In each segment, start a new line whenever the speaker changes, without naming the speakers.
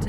to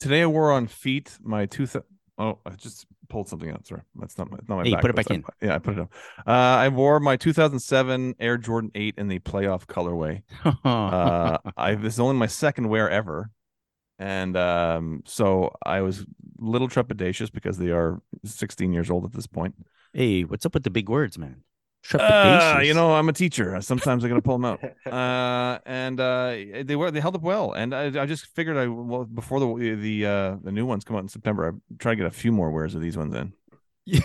today I wore on feet my two. Th- oh, I just pulled something out. Sorry, that's not my. Not my
Hey,
back,
put it
that's
back
not my- yeah, I put it up. Uh, I wore my 2007 Air Jordan 8 in the playoff colorway. uh, I this is only my second wear ever, and um, so I was a little trepidatious because they are 16 years old at this point.
hey, what's up with the big words, man?
Uh,
Trepidatious.
you know, I'm a teacher. Sometimes I gotta pull them out. Uh, and uh, they were they held up well, and I, I just figured I well before the the uh, the new ones come out in September, I try to get a few more wears of these ones in.
you,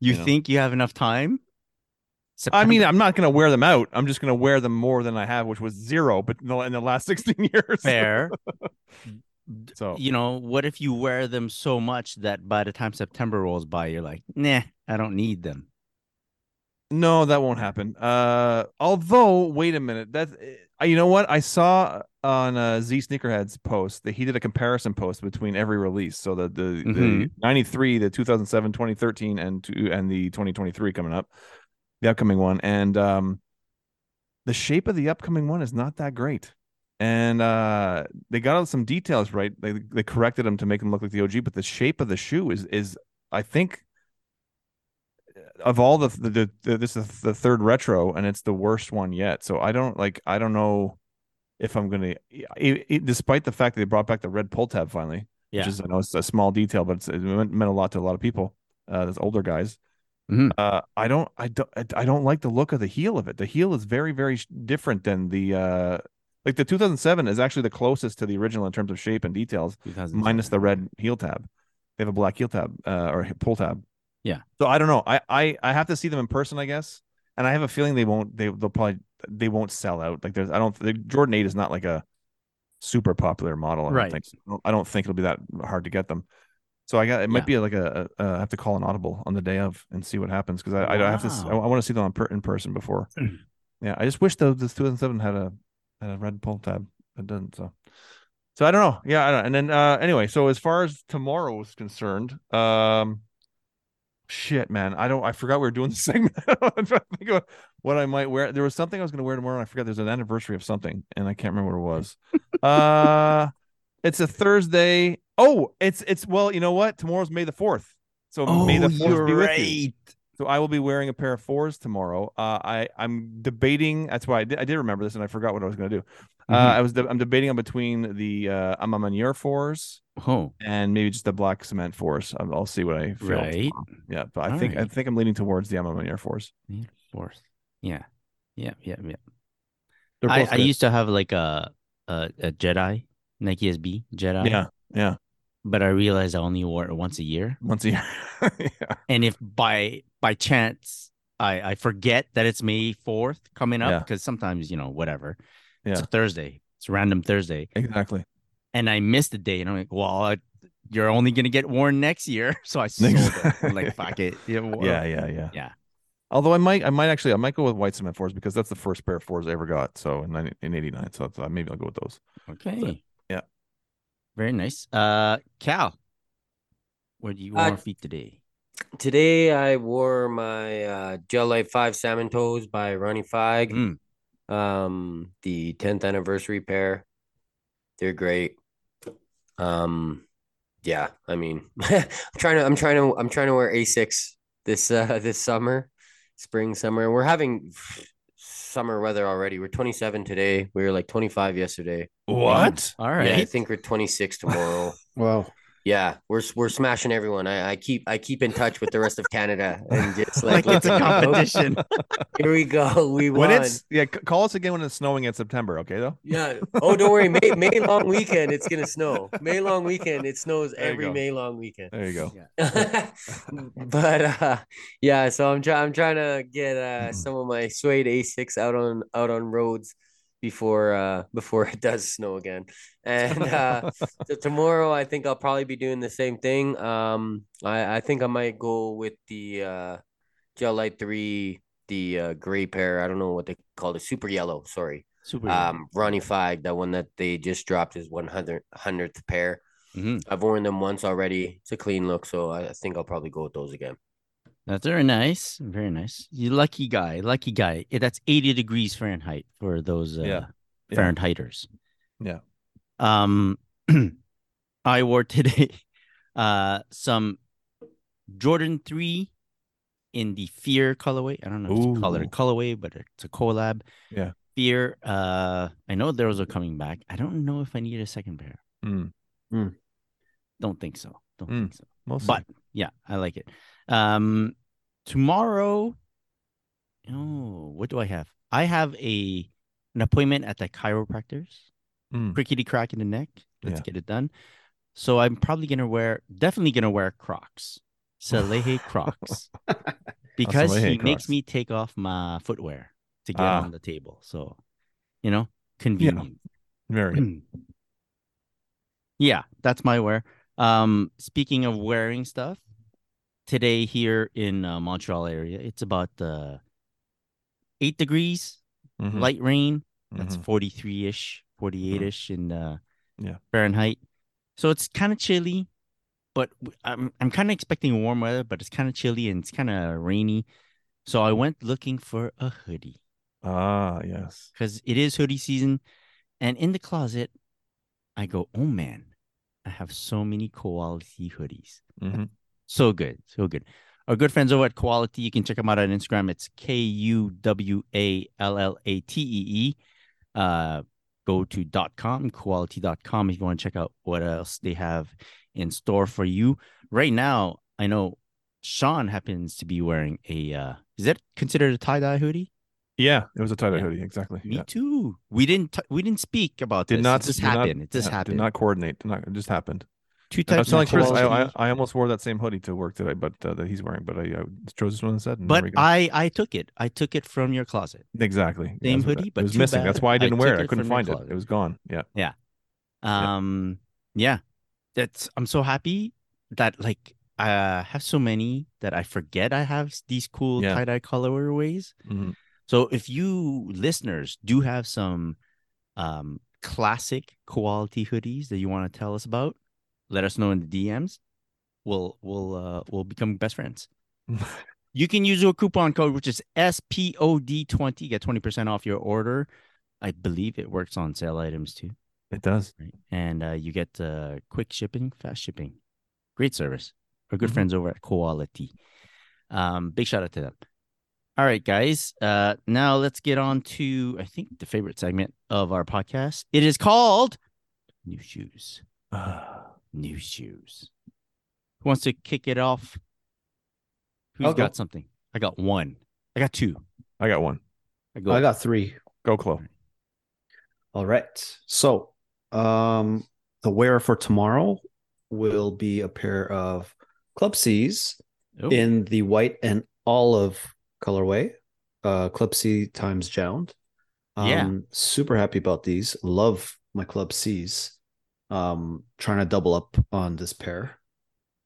you know.
think you have enough time?
I mean,
September.
I'm not gonna wear them out. I'm just gonna wear them more than I have, which was zero, but in the, in the last 16 years.
fair.
So
you know, what if you wear them so much that by the time September rolls by, you're like, nah, I don't need them.
No, that won't happen. Uh, although, wait a minute. That uh, you know what I saw on uh, Z Sneakerheads post that he did a comparison post between every release. So the the, the
Mhm.
93, the 2007, 2013, and two, and the 2023 coming up, the upcoming one, and um, the shape of the upcoming one is not that great. and uh, they got out some details right. They they corrected them to make them look like the OG, but the shape of the shoe is is I think of all the the, the, the this is the third retro, and it's the worst one yet. So I don't like I don't know if I'm gonna, i i despite the fact that they brought back the red pull tab finally,
Yeah.
which is I know it's a small detail, but it's, it meant, meant a lot to a lot of people. Uh, those older guys.
Mhm.
Uh, I don't, I don't, I- I don't like the look of the heel of it. The heel is very, very sh- different than the uh, like the 2007 is actually the closest to the original in terms of shape and details,
2007.
minus the red heel tab. They have a black heel tab uh, or pull tab.
Yeah.
So I don't know. I, I I have to see them in person, I guess. And I have a feeling they won't. They they'll probably they won't sell out. Like there's I don't. The Jordan Eight is not like a super popular model. I don't
Right.
Think. I don't- I don't think it'll be that hard to get them. So I got it might be like a, a, a I have to call an audible on the day of and see what happens because I, I have to s- I,
Wow.
want to see them on per, in person before. yeah, I just wish the this 2007 had a had a red pull tab. It doesn't so. So I don't know. Yeah, I don't. And then uh anyway, so as far as tomorrow is concerned, um shit, man. I don't I forgot we were doing this segment. I'm trying to think about what I might wear. There was something I was gonna wear tomorrow, and I forgot there's an anniversary of something, and I can't remember what it was. uh it's a Thursday. Oh, it's it's well, you know what? Tomorrow's May the fourth. So May
Oh,
the fourth be with you. So I will be wearing a pair of fours tomorrow. Uh, I I'm debating. That's why I did, I did remember this, and I forgot what I was going to do. Uh,
Mhm.
I was de- I'm debating on between the uh, Amamanier fours
Oh, and
and maybe just the black cement fours. I'll, I'll see what I feel.
right.
Yeah, but I
All
think I
right.
think I'm leaning towards the Amamanier fours.
Fourth. Yeah. Yeah. Yeah. Yeah.
They're
I,
both
I
good.
used to have like a, a a Jedi Nike SB Jedi.
Yeah, yeah.
But I realized I only wore it once a year,
Once a year. yeah.
and if by by chance I I forget that it's May fourth coming
Yeah.
up because sometimes you know whatever. It's
Yeah.
a Thursday. It's a random Thursday,
Exactly.
and I missed the day, and I'm like, well, I, you're only gonna get worn next year, so I sold it. I'm like, fuck it. Yeah. well,
Yeah, yeah, yeah.
Yeah.
Although I might, I might actually, I might go with white cement fours because that's the first pair of fours I ever got. So in 90, in '89, so that's, uh, maybe I'll go with those.
Okay.
yeah.
Very nice. Uh, Cal, what do you
Uh,
want to feed today?
Today I wore my uh, Gel Light 5 Salmon Toes by Ronnie Feig.
Mm,
Um, the 10th anniversary pair. They're great. Um, yeah, I mean, I'm trying to, I'm trying to, I'm trying to wear Asics this uh this summer, spring summer. We're having summer weather already. We're 27 today. We were like 25 yesterday.
What?
All
Yeah, I
right.
think we're 26 tomorrow.
Wow.
Yeah, we're s- we're smashing everyone. I, I keep I keep in touch with the rest of Canada and just like,
Like it's a
let's go.
competition.
Here we go. We won.
when it's yeah, c- call us again when it's snowing in September, okay? Though
yeah. Oh, don't worry. May May long weekend. It's gonna snow. May long weekend. It snows
There you
every
go.
May long weekend.
there you go.
but uh, yeah, so I'm trying. I'm trying to get
Mm-hmm.
uh, some of my suede A6 out on out on roads before uh, before it does snow again. And uh, so tomorrow, I think I'll probably be doing the same thing. Um, I I think I might go with the uh, Gel Light Three, the uh, gray pair. I don't know what they call it, super yellow. Sorry,
Super.
um, Ronnie Feig, that one that they just dropped is 100 100th pair.
Mhm.
I've worn them once already. It's a clean look, so I I think I'll probably go with those again.
That's very nice. Very nice. You lucky guy. Lucky guy. Eh, That's 80 degrees Fahrenheit for those uh,
Yeah. Yeah.
Fahrenheiters.
Yeah.
Um, I wore today uh some Jordan 3 in the Fear colorway. I don't know if it's
Ooh.
colored colorway, but it's a collab.
Yeah.
Fear. Uh, I know those are coming back. I don't know if I need a second pair.
Mm.
Mm.
Don't think so. Don't
Mm.
think so.
Mostly.
But yeah, I like it. Um, tomorrow, oh, what do I have? I have a an appointment at the chiropractor's.
Mm.
Crickety crack in the neck. Let's
Yeah.
get it done. So I'm probably gonna wear, definitely gonna wear Crocs, Salehe Crocs, because he
Oh, Salehe Crocs.
makes me take off my footwear to get
Ah.
on the table. So, you know, convenient.
very
yeah, that's my wear. Um, speaking of wearing stuff, today here in uh, Montreal area, it's about uh, eight degrees,
Mhm,
light rain. That's
mhm.
43 ish, 48 ish in uh,
Yeah.
Fahrenheit. So it's kind of chilly, but w- I'm, I'm kind of expecting warm weather, but it's kind of chilly and it's kind of rainy. So I went looking for a hoodie
ah yes.
because it is hoodie season. And in the closet, I go, oh man, I have so many quality hoodies.
Mhm.
So good. So good. Our good friends over at Quality, you can check them out on Instagram. It's K U W A L L A T E E. Uh, go to .com, quality.com if you want to check out what else they have in store for you. Right now, I know Sean happens to be wearing a uh, is that considered a tie-dye hoodie?
Yeah, it was a tie dye
Yeah.
hoodie. Exactly.
Me
yeah.
too. We didn't t- we didn't speak about
Did
this.
not
it just
did not-
happened. it just
yeah,
happened.
Did not coordinate. Did not, it just happened.
Two
I
types
was
of
telling Chris, I, I mm,
quality-
I almost wore that same hoodie to work today, but uh, that he's wearing, but I, I chose this one instead. and there
but
we go.
I I took it. I took it from your closet.
exactly yeah,
same
that's what that-
hoodie,
it
but
was
too
missing.
bad
That's why I
I
didn't wear
took
it. I
it
couldn't
from your
find it. It
closet.
was gone. Yeah.
Um yeah. That's I'm so happy that like I have so many that I forget I have s- these cool
Yeah.
tie-dye colorways.
Mhm.
So if you listeners do have some um classic quality hoodies that you want to tell us about, let us know in the DMs. We'll we'll uh we'll become best friends. You can use your coupon code, which is SPOD20, get 20% off your order. I believe it works on sale items too.
It does.
Right. And uh, you get uh, quick shipping, fast shipping. Great service. Our good
Mhm.
friends over at Quality. Um, big shout out to them. All right, guys. Uh, now let's get on to, I think, the favorite segment of our podcast. It is called New Shoes. New Shoes. Who wants to kick it off? Who's
I'll go.
got something? I got one. I got two.
I got one.
I go.
I got three.
Go, Chloe.
All right. So, um, the wear for tomorrow will be a pair of Club C's
Oh,
in the white and olive colorway, uh, Club C times Jound. Um,
Yeah.
Super happy about these. Love my Club C's. Um, trying to double up on this pair.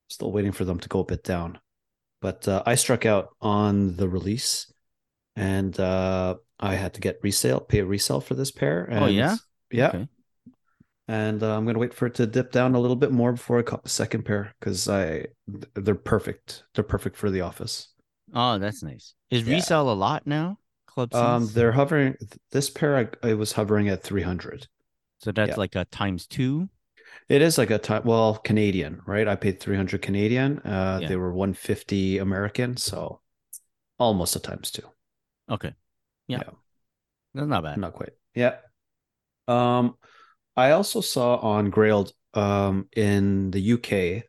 Still waiting for them to go a bit down, but uh, I struck out on the release, and uh, I had to get resale, pay a resale for this pair. And
Oh, yeah?
yeah.
Okay.
And uh, I'm gonna wait for it to dip down a little bit more before I cop a second pair because I th- they're perfect. They're perfect for the office.
Oh, that's nice. Is
Yeah.
resell a lot now? Club C's?
Um, they're hovering. th- This pair I, I was hovering at 300.
So that's
Yeah.
like a times two.
It is like a time. Well, Canadian, right? I paid 300 Canadian. Uh,
Yeah.
they were 150 American, so almost a times two.
Okay. Yeah.
Yeah.
That's not bad.
Not quite. Yeah. Um, I also saw on Grailed um in the UK,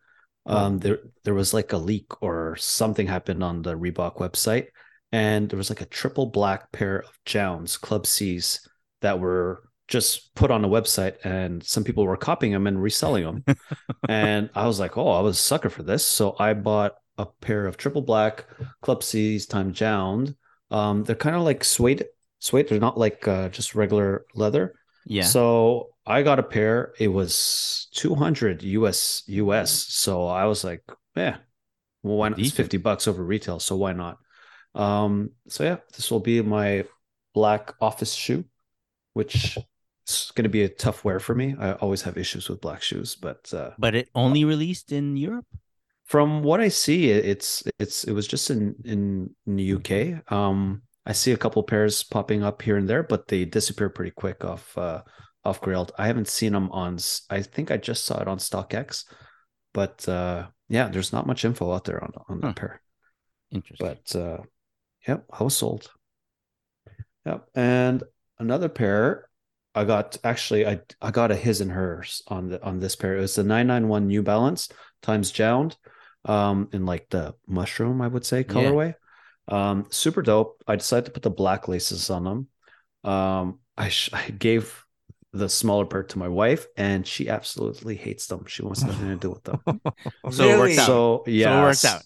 um there there was like a leak or something happened on the Reebok website, and there was like a triple black pair of Jounds Club C's that were just put on the website, and some people were copying them and reselling them, and I was like, oh, I was a sucker for this, so I bought a pair of triple black Club C's time Jound. Um, they're kind of like suede suede. They're not like uh, just regular leather.
Yeah.
So I got a pair. It was 200 US US. So I was like, yeah, well, why not? It's
Mm-hmm. Decent.
50 bucks over retail. So why not? Um, so yeah, this will be my black office shoe, which is going to be a tough wear for me. I always have issues with black shoes, but uh,
but it only released in Europe.
from what I see, it- it's it's it was just in in, in the UK. Um, I see a couple pairs popping up here and there, but they disappear pretty quick off uh, off Grailed. I haven't seen them on. s- I think I just saw it on StockX, but uh, yeah, there's not much info out there on on that
Huh.
pair.
Interesting.
But uh, yep, I was sold. Yep, and another pair. I got actually I I got a his and hers on the on this pair. It was the 991 New Balance times Jound, um, in like the mushroom I would say
Yeah.
colorway. Um, super dope. I decided to put the black laces on them. Um, I sh- I gave the smaller pair to my wife, and she absolutely hates them. She wants nothing to do with them.
so it works
Really?
out. So,
So yeah,
it works out.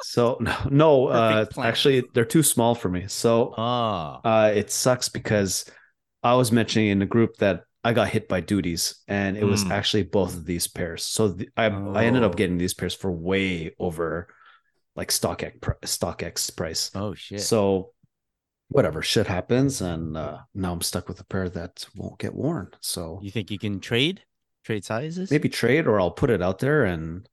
so no, no uh,
Perfect plan.
actually, they're too small for me. So
Oh.
uh, it sucks because I was mentioning in the group that I got hit by duties, and it was
Mm.
actually both of these pairs. So the, I I ended
Hmm. Oh.
up getting these pairs for way over like stock X stock X price.
Oh shit.
So whatever shit happens, and uh, now I'm stuck with a pair that won't get worn. So
you think you can trade? Trade sizes?
maybe trade or I'll put it out there and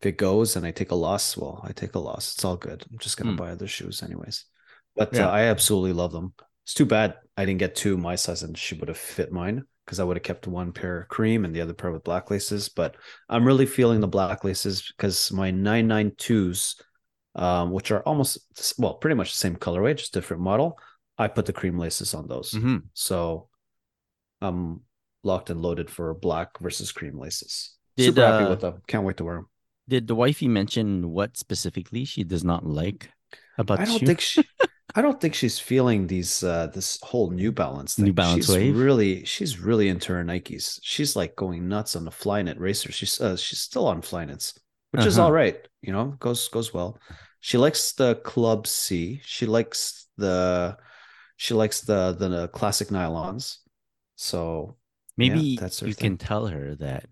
if it goes and I take a loss, well, I take a loss. It's all good. I'm just gonna
Hmm.
buy other shoes anyways. But
Yeah.
uh, I absolutely love them. It's too bad I didn't get two my size and she would have fit mine. because I would have kept one pair cream and the other pair with black laces. But I'm really feeling the black laces because my 992s, um, which are almost well, pretty much the same colorway, just different model. I put the cream laces on those,
Mm-hmm.
so I'm locked and loaded for black versus cream laces.
Did,
Super happy
uh,
with them. Can't wait to wear them.
Did the wifey mention what specifically she does not like about
I don't
you?
think she. I don't think she's feeling these uh this whole New Balance thing.
New Balance
she's
wave?
Really, she's really into her Nikes. She's like going nuts on the Flyknit racer. She's uh, she's still on Flyknits, which is
Uh-huh.
all right. You know, goes goes well. She likes the Club C. She likes the she likes the the, classic nylons. So
Maybe
that's her
you
thing.
can tell her that.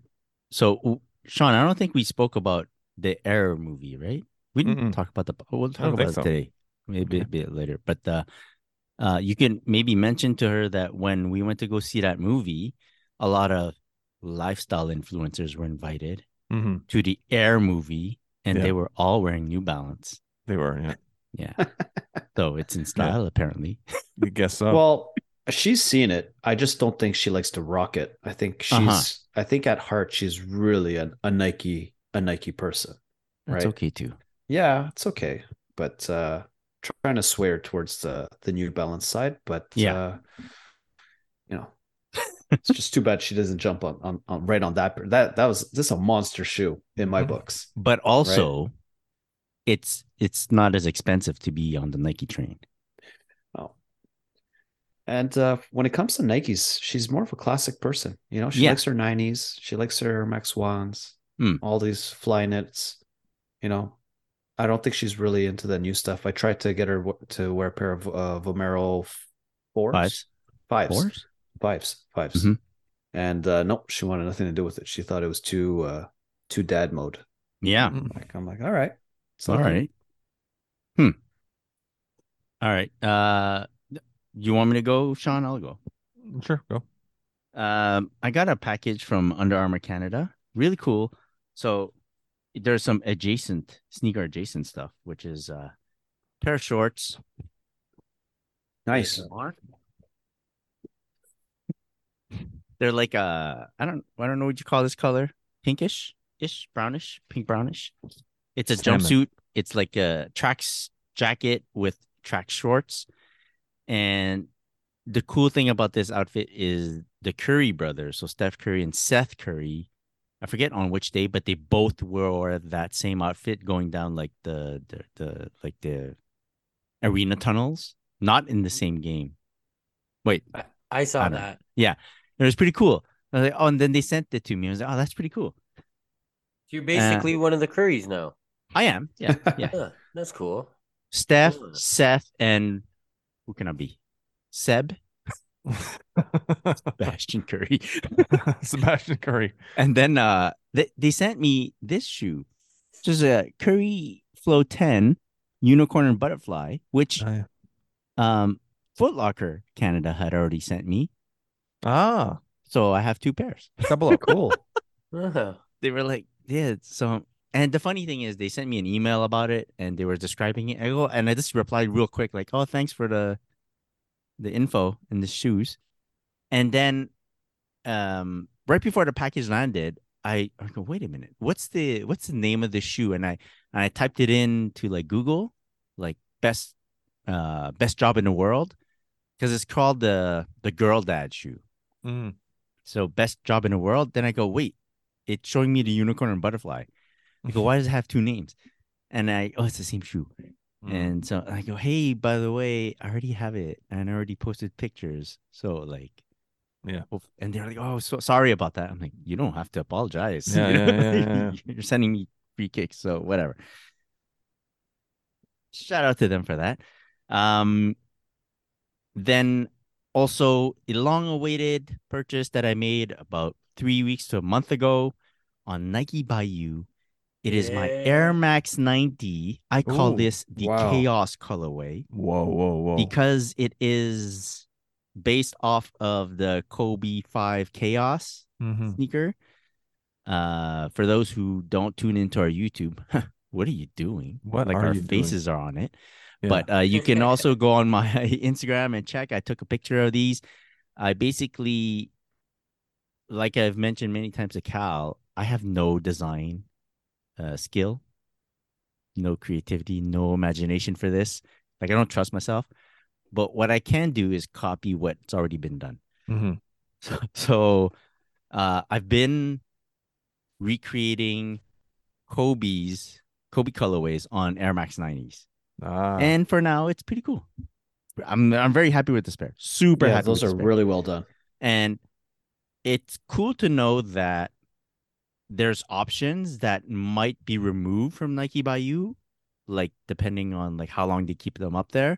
So, w- Sean, I don't think we spoke about the Air movie, right? We didn't
Mm-mm.
talk about the. We'll
I
talk
don't think
about it
so.
today, maybe a bit later. But uh, uh, you can maybe mention to her that when we went to go see that movie, a lot of lifestyle influencers were invited
hmm
to the Air movie, and
Yeah.
they were all wearing New Balance.
They were, yeah.
Yeah, so it's in style apparently.
I guess
Oh.
so.
Well, she's seen it. I just don't think she likes to rock it. I think she's.
Uh-huh.
I think at heart she's really a, a Nike a Nike person.
That's
Right.
okay too.
Yeah, it's okay, but uh trying to swear towards the the New Balance side, but
Yeah.
uh, you know, it's just too bad she doesn't jump on on, on right on that. That that was this is a monster shoe in my
Mm-hmm.
Mhm.
books.
But also, it's it's not as expensive to be on the Nike train.
And uh, when it comes to Nikes, she's more of a classic person. You know, she
Yeah.
likes her 90s. She likes her Max Ones,
Hmm.
all these fly knits. You know, I don't think she's really into the new stuff. I tried to get her w- to wear a pair of uh, Vomero f- fours,
Fives?
fives,
Fours?
fives, fives.
Mhm.
And uh, nope, she wanted nothing to do with it. She thought it was too uh, too dad mode.
Yeah.
Like I'm like, all right, it's
All
okay.
right. Hmm. All right. Uh you want me to go, Sean? I'll go.
sure, go.
Um, I got a package from Under Armour Canada. Really cool. So there's some adjacent sneaker adjacent stuff, which is uh pair of shorts.
nice.
They're like uh I don't I don't know what you call this color. Pinkish ish, brownish, pink brownish. It's a
Salmon.
jumpsuit. It's like a tracks jacket with track shorts. And the cool thing about this outfit is the Curry brothers, so Steph Curry and Seth Curry. I forget on which day, but they both wore that same outfit going down like the the, the like the arena tunnels, not in the same game. Wait,
I saw
I don't-
that.
it was pretty cool. I was like, oh, and then they sent it to me. I was like, oh, that's pretty cool.
You're basically one of the Currys now.
I am. Yeah. Yeah.
Huh, that's cool.
Steph,
Sure.
Seth, and who can I be? Seb, Bastion Curry.
Sebastian Curry.
and then uh they, they sent me this shoe. Which is a Curry Flow 10 Unicorn and Butterfly, which
Ah, yeah.
um Foot Locker Canada had already sent me.
Ah,
So I have two pairs.
double up.
Cool.
Huh.
They were like, yeah, so and the funny thing is they sent me an email about it and they were describing it. I go and I just replied real quick, like, oh thanks for the the info and the shoes. And then um right before the package landed, I, I go, wait a minute, what's the what's the name of the shoe? And I and I typed it in to like Google, like best uh best job in the world. Cause it's called the the girl dad shoe.
Mm.
So best job in the world. Then I go, wait, it's showing me the unicorn and butterfly. I
Mm-hmm.
go, why does it have two names? And I, oh, it's the same shoe.
Mm-hmm.
And so I go, hey, by the way, I already have it and I already posted pictures. So like,
Yeah.
hope- And they're like, oh, so sorry about that. I'm like, you don't have to apologize.
Yeah,
You know,
yeah, yeah, yeah,
like, You're sending me free kicks, so whatever. Shout out to them for that. Um, then also a long-awaited purchase that I made about three weeks to a month ago on Nike by You. It is my
Yeah.
Air Max 90. I call
Ooh,
this the
wow.
Chaos colorway
Whoa, whoa, whoa.
because it is based off of the Kobe 5 Chaos
Mhm.
sneaker. Uh, for those who don't tune into our YouTube, what are you doing?
What
like
are
our
you doing?
faces are on it.
Yeah.
But uh, you can also go on my Instagram and check. I took a picture of these. I basically like I've mentioned many times to Cal, I have no design uh, skill, no creativity, no imagination for this. Like I don't trust myself. But what I can do is copy what's already been done.
Mhm.
So, so uh, I've been recreating Kobe's Kobe colorways on Air Max 90s.
Ah,
And for now, it's pretty cool. I'm I'm very happy with this pair. Super
yeah,
happy.
those
with
are
this pair.
really well done.
And it's cool to know that there's options that might be removed from Nike by you, like depending on like how long they keep them up there.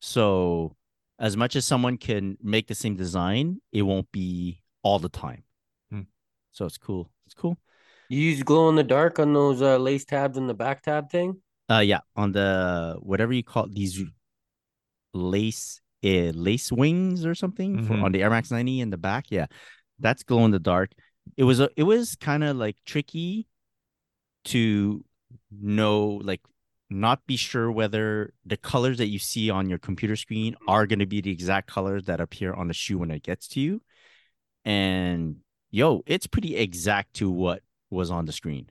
So as much as someone can make the same design, it won't be all the time.
Hmm.
So it's cool. It's cool.
You use glow in the dark on those uh, lace tabs and the back tab thing?
Uh yeah, on the whatever you call these lace uh, lace wings or something for,
Mhm.
on the Air Max 90 in the back. Yeah. That's glow in the dark. It was a, it was kind of like tricky to know like not be sure whether the colors that you see on your computer screen are going to be the exact colors that appear on the shoe when it gets to you. And yo, it's pretty exact to what was on the screen.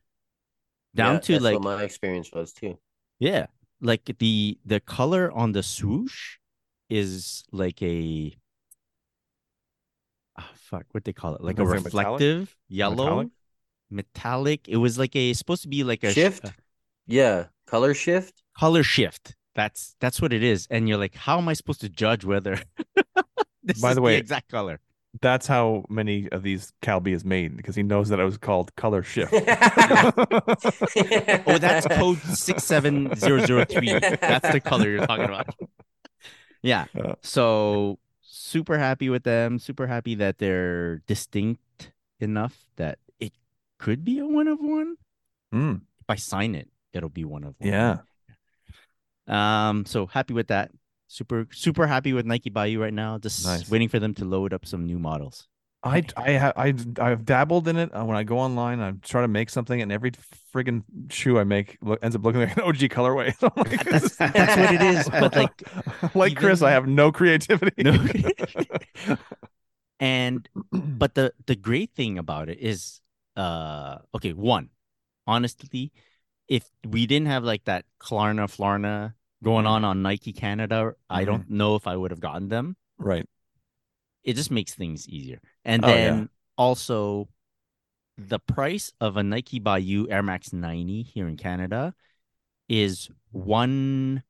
Down
Yeah,
to
that's
like
what my experience was too.
yeah, like the the color on the swoosh is like a ah fuck, what they call it? Like a
Is it metallic?
reflective yellow,
Metallic?
metallic? It was like a supposed to be like a sh-
Shift?
a
Yeah, color shift.
color shift. That's that's what it is. And you're like, how am I supposed to judge whether this
By
is
the way-
exact color?
that's how many of these Calbee has made because he knows that I was called color shift.
Oh, that's code six seven zero zero three. That's the color you're talking about. Yeah.
Uh,
So super happy with them. Super happy that they're distinct enough that it could be a one of one.
mm,
If I sign it, it'll be one of one.
yeah.
Um. So happy with that. Super super happy with Nike Bayou right now. Just
Nice.
waiting for them to load up some new models.
I I have I I've dabbled in it Uh, when I go online. I try to make something, and every friggin' shoe I make lo- ends up looking like an OG colorway. So I'm like, this is-
That's what it is. But like
like Chris, I
even-
have no creativity.
No. and but the the great thing about it is uh okay one honestly if we didn't have like that klarna flarna
Mm-hmm.
going on on nike canada i
Mhm.
don't know if i would have gotten them
right.
it just makes things easier and
Oh, yeah.
then also the price of a nike bayou air max 90 here in canada is 190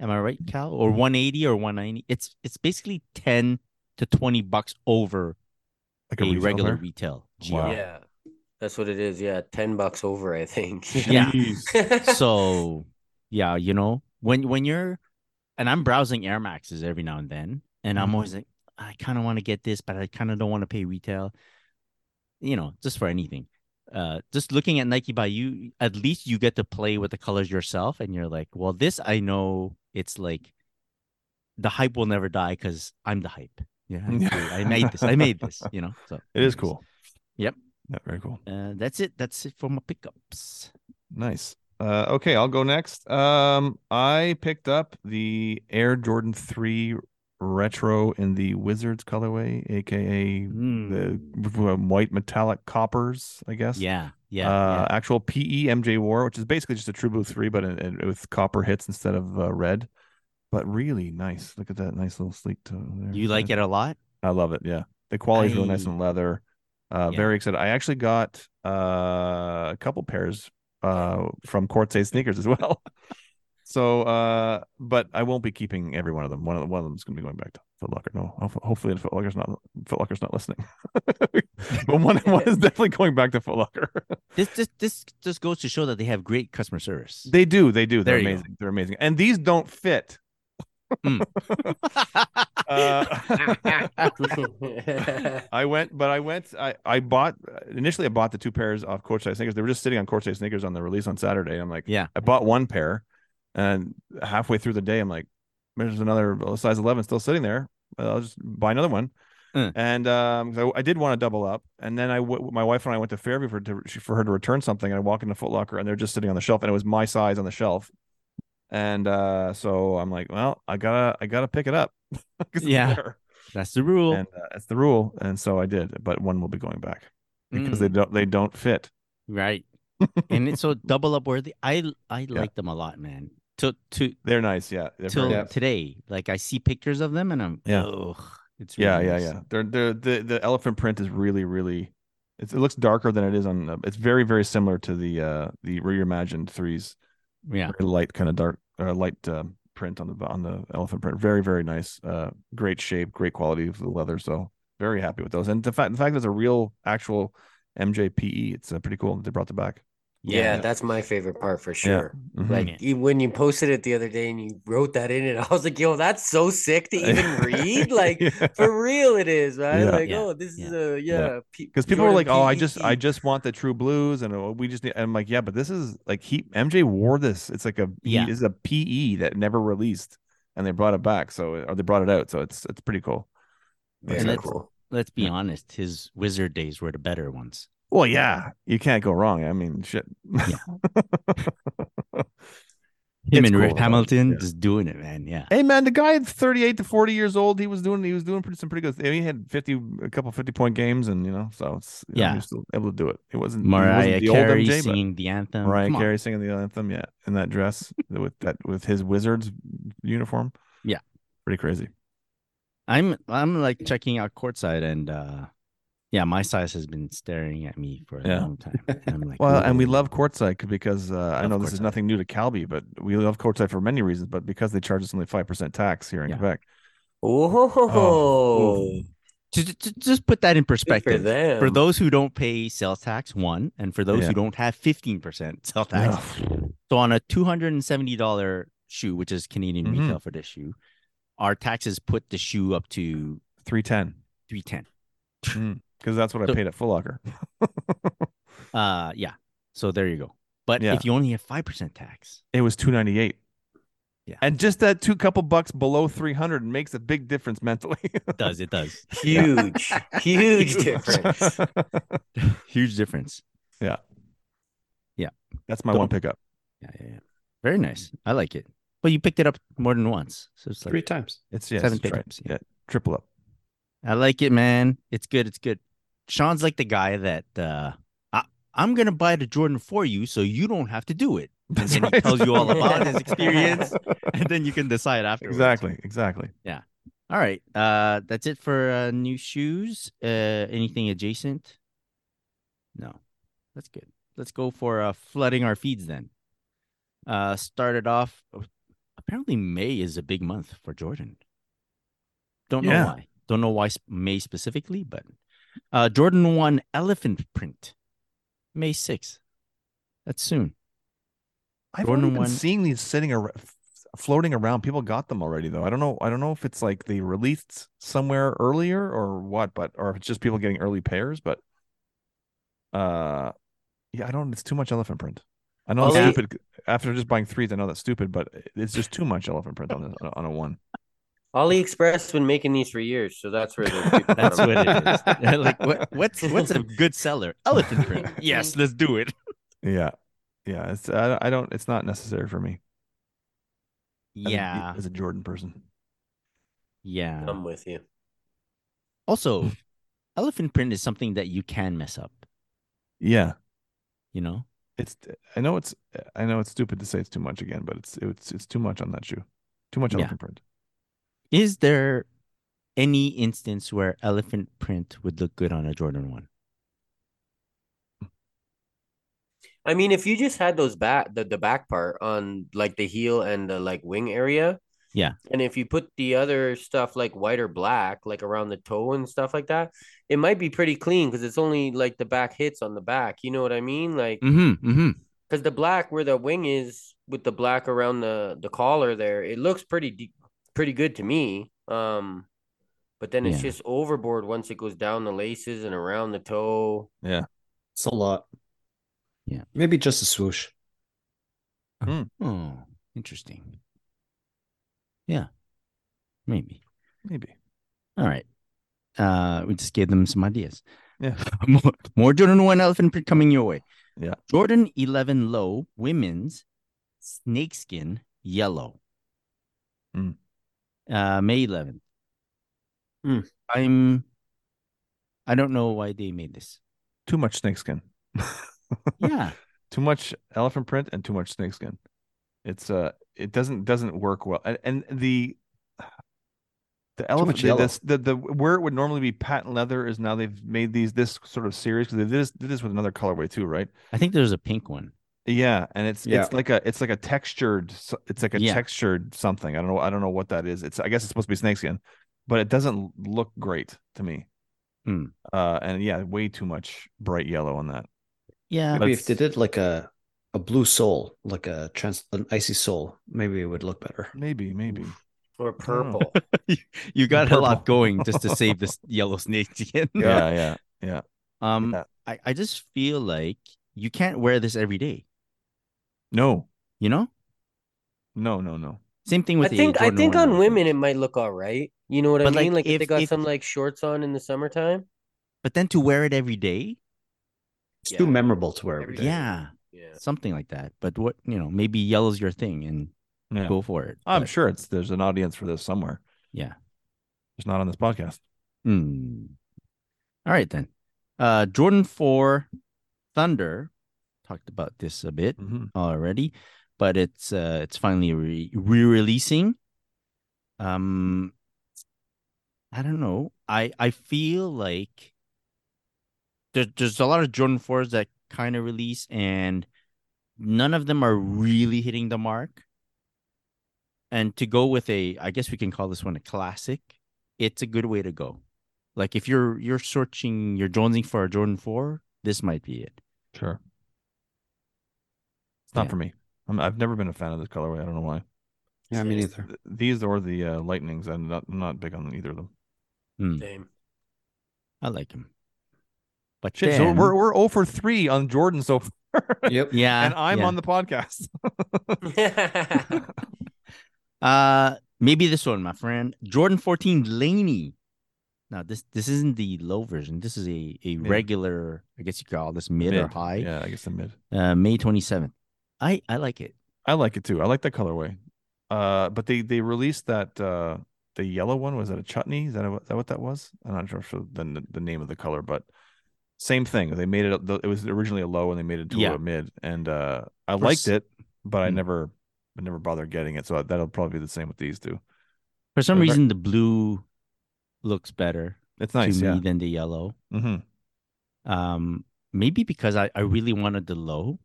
am i right cal or
Mm-hmm.
180 or 190 it's it's basically 10 to 20 bucks over
Like
a,
resale
regular
there.
retail
Wow.
GR.
Yeah, that's what it is. Yeah, ten bucks over, I think.
Yeah.
Jeez.
so yeah you know when when you're and i'm browsing air maxes every now and then and i'm
Mhm.
always like i kind of want to get this but i kind of don't want to pay retail you know just for anything uh just looking at nike by you at least you get to play with the colors yourself and you're like well this i know it's like the hype will never die because i'm the hype yeah i made this i made this you know so
It
anyways,
is cool.
Yep.
Yeah, very cool.
uh, that's it that's it for my pickups
Nice. Uh, okay, I'll go next. Um, I picked up the Air Jordan 3 Retro in the Wizards colorway, aka
Mm.
the w- um, white metallic coppers, I guess.
yeah yeah,
uh,
yeah.
Actual PE MJ War, which is basically just a True Blue 3, but in, in- with copper hits instead of uh, red. But really nice. Look at that nice little sleek tone there.
you like it a lot
I love it. Yeah. The quality's really nice
I-
and leather. Uh,
Yeah.
Very excited. I actually got uh, a couple pairs uh, from Corte sneakers as well. so, uh, but I won't be keeping every one of them. One of, the, one of them's going to be going back to Foot Locker. No, ho- hopefully Foot Locker's not Foot Locker's not listening. but one, one is definitely going back to Foot Locker.
This this this just goes to show that they have great customer service.
they do. They do. They're
There you go.
amazing. They're amazing. And these don't fit.
Mm.
Uh, I went, but I went. I I bought initially. I bought the two pairs off Coach Size sneakers. They were just sitting on Coach Size sneakers on the release on Saturday. I'm like,
Yeah.
I bought one pair, and halfway through the day, I'm like, there's another size 11 still sitting there. I'll just buy another one.
Mm.
And um, 'cause I, I did want to double up, and then I w- my wife and I went to Fairview for to, for her to return something, and I walk into Foot Locker, and they're just sitting on the shelf, and it was my size on the shelf, and uh, so I'm like, well, I gotta I gotta pick it up. 'Cause it's
Yeah.
there.
That's the rule.
and uh, that's the rule. And so I did, but one will be going back because they don't they don't fit.
right. Mm. and it's so double up worthy. I I like them a lot, man. To to
They're nice, yeah. They're
till
very
Yeah.
nice.
today. Like I see pictures of them and I'm
Yeah.
ugh, it's
yeah,
really
yeah,
nice.
yeah. They're, they're the the elephant print is really really. It's, it looks darker than it is on. the- It's very very similar to the uh the reimagined threes
Yeah.
very light kind of dark uh, light uh, print on the on the elephant print very very nice uh great shape great quality of the leather so very happy with those and the fact the fact that it's a real actual mjpe it's uh, pretty cool that they brought it back
Yeah,
Yeah.
that's my favorite part for sure.
Mhm.
Like
Yeah.
e- when you posted it the other day and you wrote that in it, I was like, "Yo, that's so sick to even read!" Like
Yeah.
for real, it is, right?
Yeah.
Like,
Yeah.
oh, this is
Yeah.
a
Yeah.
yeah. P- E
because people were
Jordan
like oh i just
PET."
i just want the true blues and uh, we just need i'm like yeah but this is like he mj wore this it's like a he-
Yeah.
this is a pe that never released and they brought it back so or they brought it out so it's it's pretty cool
Very
And that's-
cool.
Let's be honest, his wizard days were the better ones.
Well, yeah, you can't go wrong. I mean, shit.
Him
It's
and
cool,
Rick
though.
Hamilton
Yeah.
just doing it, man. Yeah.
hey, man, the guy at thirty-eight to forty years old, he was doing, he was doing pretty, some pretty good. I mean, he had fifty, a couple fifty-point games, and you know, so it's you know,
Yeah.
he was still able to do it. He wasn't he wasn't
Mariah
the old
Carey
MJ, but-
singing the anthem.
Mariah
Come on.
Carey singing the anthem, yeah, in that dress with that with his Wizards uniform.
Yeah.
pretty crazy.
I'm I'm like checking out courtside and uh yeah, my size has been staring at me for a
Yeah.
long time. And I'm like,
Well, and we
"Ooh."
love courtside c- because uh, I
Love
know this is
courtside.
nothing new to Calby, but we love courtside for many reasons. But because they charge us only five percent tax here in
Yeah.
Quebec,
Oh,
just, just- just put that in
good for
perspective.
them.
For those who don't pay sales tax, one, and for those
Yeah.
who don't have 15% sales tax. So on a $270 shoe, which is Canadian
Mhm.
retail for this shoe, our taxes put the shoe up to
three ten.
310.
Because that's what I
So-
paid at Foot Locker.
Uh yeah. So there you go. But
Yeah.
if you only have 5% tax,
It was two ninety eight.
Yeah.
And just that two couple bucks below three hundred makes a big difference mentally.
it does it does.
huge, huge difference.
Huge difference.
That's my
Don't-
one pickup.
Yeah, yeah, yeah. Very nice. I like it. But you picked it up more than once. So it's like
three times.
It's yeah,
Seven
it's tri-
pickups, yeah.
yeah, triple up.
I like it, man. It's good. It's good. Sean's like the guy that uh I, I'm gonna buy the Jordan for you so you don't have to do it.
That's
and then he
right.
tells you all about his experience and then you can decide afterwards.
exactly, exactly.
All right. Uh that's it for uh, new shoes. Uh anything adjacent? No. That's good. Let's go for uh flooding our feeds then. Uh started off oh, apparently May is a big month for Jordan. Don't know
Yeah.
why. Don't know why sp- May specifically, but uh Jordan 1 elephant print May 6th. That's soon.
I've
Jordan
only been
one-
seeing these sitting around, floating around. People got them already though. I don't know. I don't know if it's like they released somewhere earlier or what, but or if it's just people getting early pairs. But uh, yeah, I don't. It's too much elephant print. I know it's
Well, they-
stupid. After just buying threes, I know that's stupid, but it's just too much elephant print on a, on a- on a one.
AliExpress been making these for years, so that's where they're.
That's what it is. like what, what's what's a good seller? Elephant print. Yes, let's do it.
Yeah, yeah. It's I, don't- I don't. It's not necessary for me. as a-
Yeah.
as a Jordan person.
Yeah.
I'm with you.
Also, elephant print is something that you can mess up,
Yeah.
you know?
it's I know it's I know it's stupid to say it's too much again, but it's it's it's too much on that shoe. Too much
Yeah.
elephant print.
Is there any instance where elephant print would look good on a Jordan 1?
I mean, if you just had those back the, the back part on like the heel and the like wing area.
Yeah.
And if you put the other stuff like white or black, like around the toe and stuff like that, it might be pretty clean because it's only like the back hits on the back. You know what I mean? Like
Mm-hmm. Mm-hmm.
because the black where the wing is with the black around the the collar there, it looks pretty de- pretty good to me. Um, but then it's
Yeah.
just overboard once it goes down the laces and around the toe.
It's a lot.
Yeah.
Maybe just a swoosh.
Oh, interesting. Yeah. Maybe.
Maybe.
All right. Uh, we just gave them some ideas.
Yeah.
more, more Jordan 1 elephant print coming your way.
Yeah.
Jordan 11 low women's snakeskin yellow.
Mm.
Uh, May 11th.
Hmm.
I'm I don't know why they made this.
Too much snakeskin.
Yeah.
too much elephant print and too much snakeskin. It's uh it doesn't doesn't work well. And, and the the elephant
much
the,
yellow.
this- the the where it would normally be patent leather is now they've made these this sort of series because they did this, did this with another colorway too, right?
I think there's a pink one.
Yeah, and it's
Yeah.
it's like a it's like a textured s- it's like a
Yeah.
textured something. I don't know I don't know what that is. It's I guess it's supposed to be snakeskin, but it doesn't look great to me.
Hmm.
Uh, and yeah, way too much bright yellow on that.
Yeah.
Maybe if
Let's-
they did like a a blue soul, like a trans an icy soul, maybe it would look better.
Maybe maybe.
Oh.
Or purple.
you got a lot
Purple.
going just to save this yellow snake again.
Yeah yeah yeah.
Um
Yeah.
I, I just feel like you can't wear this every day,
No
you know?
no no no.
Same thing
I
with the
think I
Jordan
think
1
on
Elephant.
women it might look all right. You know what I
But, like,
mean? Like if, they
if-
got
if-
some like shorts on in the summertime.
But then to wear it every day?
It's
Yeah.
too memorable to wear every
Every
day.
day.
Yeah.
Yeah.
Something like that. But what you know, maybe yellow's your thing and
Yeah.
go for it.
I'm
But-
sure it's there's an audience for this somewhere.
Yeah.
Just not on this podcast.
Hmm. All right then. Uh Jordan 4 Thunder talked about this a bit
Mm-hmm.
already, but it's uh it's finally re- re-releasing. Um I don't know. I I feel like there's there's a lot of Jordan 4s that kind of release and none of them are really hitting the mark. And to go with a I guess we can call this one a classic, it's a good way to go. Like if you're you're searching, you're jonesing for a Jordan 4, this might be it.
Sure. It's not
Yeah.
for me. I'm, I've never been a fan of this colorway. I don't know why.
Yeah, me neither.
Th- These or the uh, lightnings. I'm not I'm not big on either of them.
Hmm.
Same.
I like him. But
Shit, so
then,
we're we're 0 for three on Jordan so far,
Yep.
yeah,
and I'm
yeah.
on the podcast.
Uh, maybe this one, my friend, Jordan 14 Laney. Now this this isn't the low version. This is a a
Mid.
regular. I guess you call this mid, or
Mid,
high.
Yeah, I guess the mid.
Uh, May 27th. I I like it.
I like it too. I like that colorway. Uh, but they they released that uh the yellow one was that a chutney? Is that, a, is that what that was? I'm not sure for the the name of the color, but same thing. They made it. a- It was originally a low, and they made it to
Yeah.
a mid. And uh, I
For
liked
s-
it, but I
Hmm.
never I never bothered getting it. So that'll probably be the same with these two.
For some
They're ver-
reason, the blue looks better
It's nice.
to
Yeah.
me than the yellow.
hmm
Um, maybe because I I really wanted the low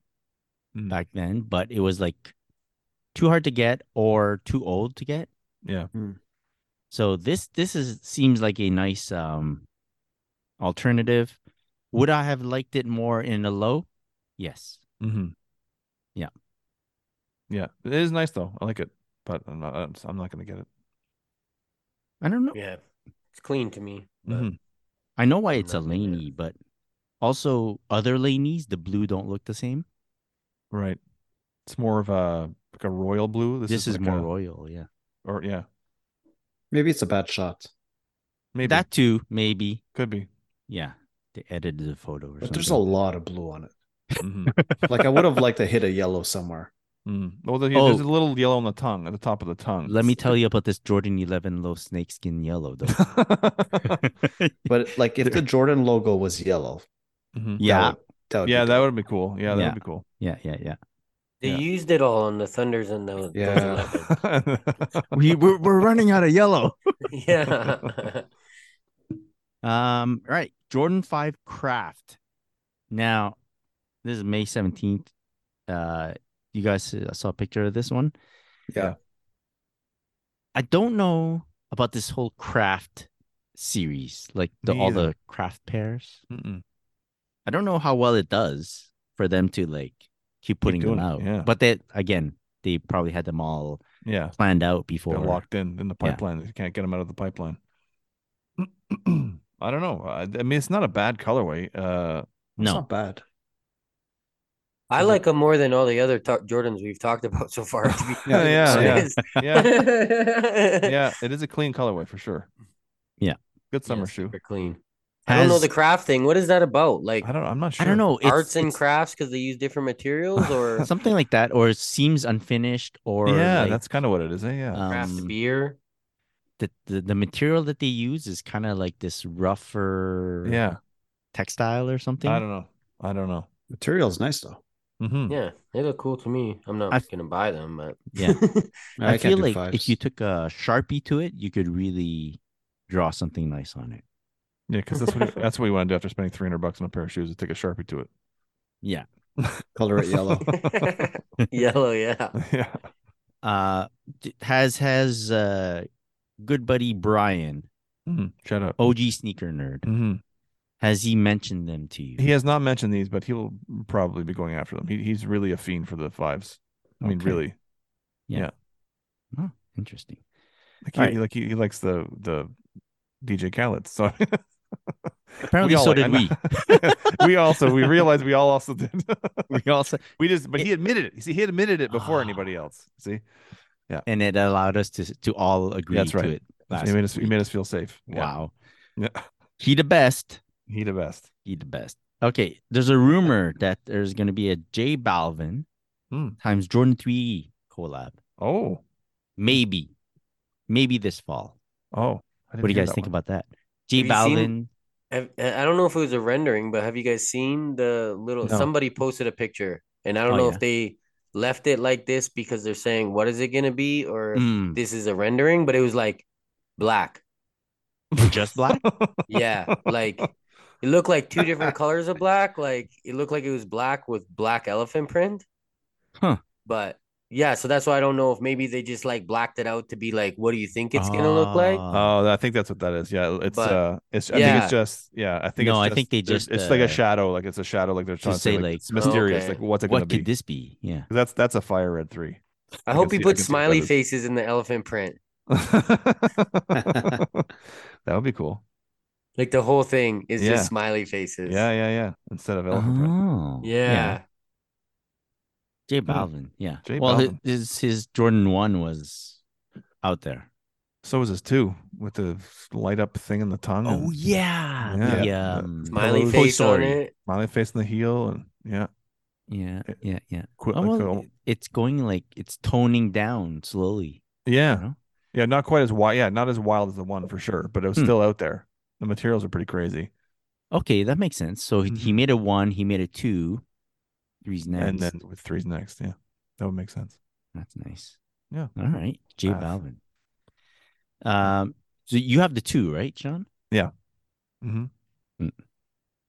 Mm.
back then, but it was like too hard to get or too old to get.
Yeah.
So this this is seems like a nice um alternative. Would I have liked it more in a low? Yes.
hmm
Mm-hmm. Yeah.
Yeah. It is nice though. I like it, but I'm not. I'm- I'm not gonna get it.
I don't know.
yeah. It's clean to me. but-
Mm-hmm.
Mhm.
I know why it's a
not gonna get it.
laney, but also other laneys, the blue don't look the same.
Right. It's more of a like a royal blue. This,
This, is,
like
more
a-
royal, yeah.
Or yeah,
Maybe it's a bad shot.
maybe
That too, maybe.
could be.
Yeah. They edited the photo or
But
something.
there's a lot of blue on it.
hmm
Like I would have liked to hit a yellow somewhere.
mm Well, there-
Oh.
there's a little yellow on the tongue, at the top of the tongue.
Let me tell you about this Jordan 11 low snakeskin yellow though.
But like if the Jordan logo was yellow,
Mhm.
that
yeah.
would- that would be
Yeah,
good.
that would be cool. Yeah, that
Yeah.
would be cool.
Yeah, yeah, yeah.
They
Yeah.
used it all on the Thunders and the those 11.
Yeah.
We we're, we're running out of yellow.
yeah.
Um, all right, Jordan 5 Craft. Now, this is May 17th. Uh, you guys uh, saw a picture of this one.
Yeah.
I don't know about this whole craft series, like the,
Me
all
either.
the craft pairs.
Mm-mm.
I don't know how well it does for them to like keep putting them
doing it,
out.
yeah.
But that again, they probably had them all
Yeah,
planned out
they're
before.
locked in in the
Yeah.
pipeline. You can't get them out of the pipeline. I don't know. I, I mean, it's not a bad colorway. Uh,
It's
No,
not bad.
I like them more than all the other ta- Jordans we've talked about so far. To be
Yeah,
yeah,
honest.
yeah, yeah. It is a clean colorway for sure.
Yeah.
good summer
Yeah,
shoe.
super clean. I don't know
Has-
the craft thing. What is that about? Like
I don't. I'm not sure.
I don't know. It's-
arts and
it's-
crafts because they use different materials or
something like that, or it seems unfinished, or
yeah,
like,
that's kind of what it is. eh? Yeah.
craft
um,
beer.
the the, the material that they use is kind of like this rougher
Yeah.
textile or something.
I don't know. I don't know.
Material's nice though.
Mm-hmm.
Yeah, they look cool to me. I'm not
I-
gonna buy them, but
Yeah. I,
can't
feel
do
like if
fives.
you took a sharpie to it, you could really draw something nice on it.
Yeah, because that's what that's what you want to do after spending three hundred bucks on a pair of shoes. Is take a sharpie to it.
Yeah.
color it yellow.
yellow, yeah.
yeah.
Uh, d- has has uh, good buddy Brian,
Mhm. Shut up.
OG sneaker nerd,
hmm
has he mentioned them to you?
He has not mentioned these, but he'll probably be going after them. He, he's really a fiend for the fives. I mean,
Okay.
really.
Interesting.
Like
All
he, like he, he likes the the DJ Khaled. So
Apparently, so did we.
we. we also we realized we all also did.
We also,
we just, but
It-
he admitted it. See, he admitted it before
Ah.
anybody else. See,
and it allowed us to to all agree
That's right.
to it. last
he made us he
week.
made us feel safe. Yeah.
Wow,
Yeah.
he the best.
He the best.
He the best. Okay, there's a rumor that there's gonna be a J Balvin
Hmm.
times Jordan Three collab.
Oh,
Maybe, maybe this fall.
oh. I didn't
What do you
hear
guys
that
think
one.
about that? J
Have you
Balvin.
seen- Have- I I don't know if it was a rendering, but have you guys seen the little?
No.
Somebody posted a picture, and I don't
Oh,
know
yeah.
if they left it like this because they're saying what is it gonna be, or if
Mm,
this is a rendering. But it was like black.
just black.
Yeah, like it looked like two different colors of black. Like it looked like it was black with black elephant print.
Huh.
But yeah, so that's why I don't know if maybe they just like blacked it out to be like, what do you think it's gonna look like?
Ah.
Oh, I think that's what that is. Yeah, it's
But-
uh, it's. I think
yeah.
it's just. Yeah, I think.
No,
it's
I
just,
think they
they're-
just,
It's like
uh,
a shadow. Like it's a shadow. Like they're trying to say. Like, it's mysterious.
okay.
Like what's it
"Oh, what
gonna be?
could this be? Yeah.
'Cause That's that's a fire red three.
I
I
hope
can see- I can
he put
see what that
smiley
is.
faces in the elephant print.
that would be cool.
Like the whole thing is
Yeah.
just smiley faces.
Yeah, yeah, yeah. Instead of elephant print.
Oh,
Yeah.
J Balvin. Yeah.
Hmm. J
well, hi-
Balvin.
His, his Jordan One was out there.
So was his two with the light up thing in the tongue.
Oh
and
yeah.
Yeah.
the,
Yeah.
um,
Smiley
Toy
face on
Story.
it.
Smiley face in the heel and yeah.
Yeah.
It-
Yeah. Yeah.
Quit,
Oh,
like,
well,
uh,
it- it's going like it's toning down slowly. you
yeah.
know?
Yeah, not quite as wild. Yeah, not as wild as the one for sure, but it was
Hmm.
still out there. The materials are pretty crazy.
Okay, that makes sense. So he, he made a one. He made a two. Three's next.
Mm-hmm. And then with threes next. Yeah. That would make sense.
That's nice.
Yeah.
All right, J
Nice.
Balvin. Um, so you have the two, right, John?
Mm-hmm.
Mm.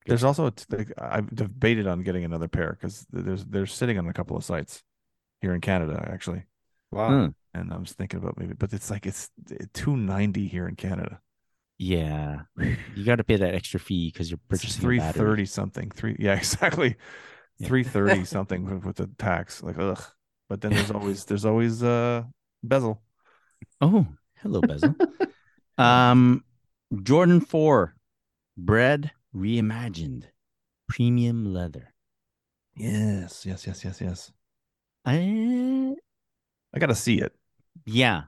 There's also a t- like, I've debated on getting another pair because there's they're sitting on a couple of sites here in Canada actually,
Wow.
Huh.
and I was thinking about maybe, but it's like it's eh, two ninety here in Canada.
Yeah, you got to pay that extra fee because you're
It's
purchasing
three
A battery.
thirty something. Three yeah exactly,
Yeah.
three thirty something with, with the tax. Like ugh, but then there's always there's always uh bezel.
Oh, hello, Bezel. um, Jordan Four, bread reimagined, premium leather.
Yes yes yes yes yes.
I,
I gotta see it.
yeah,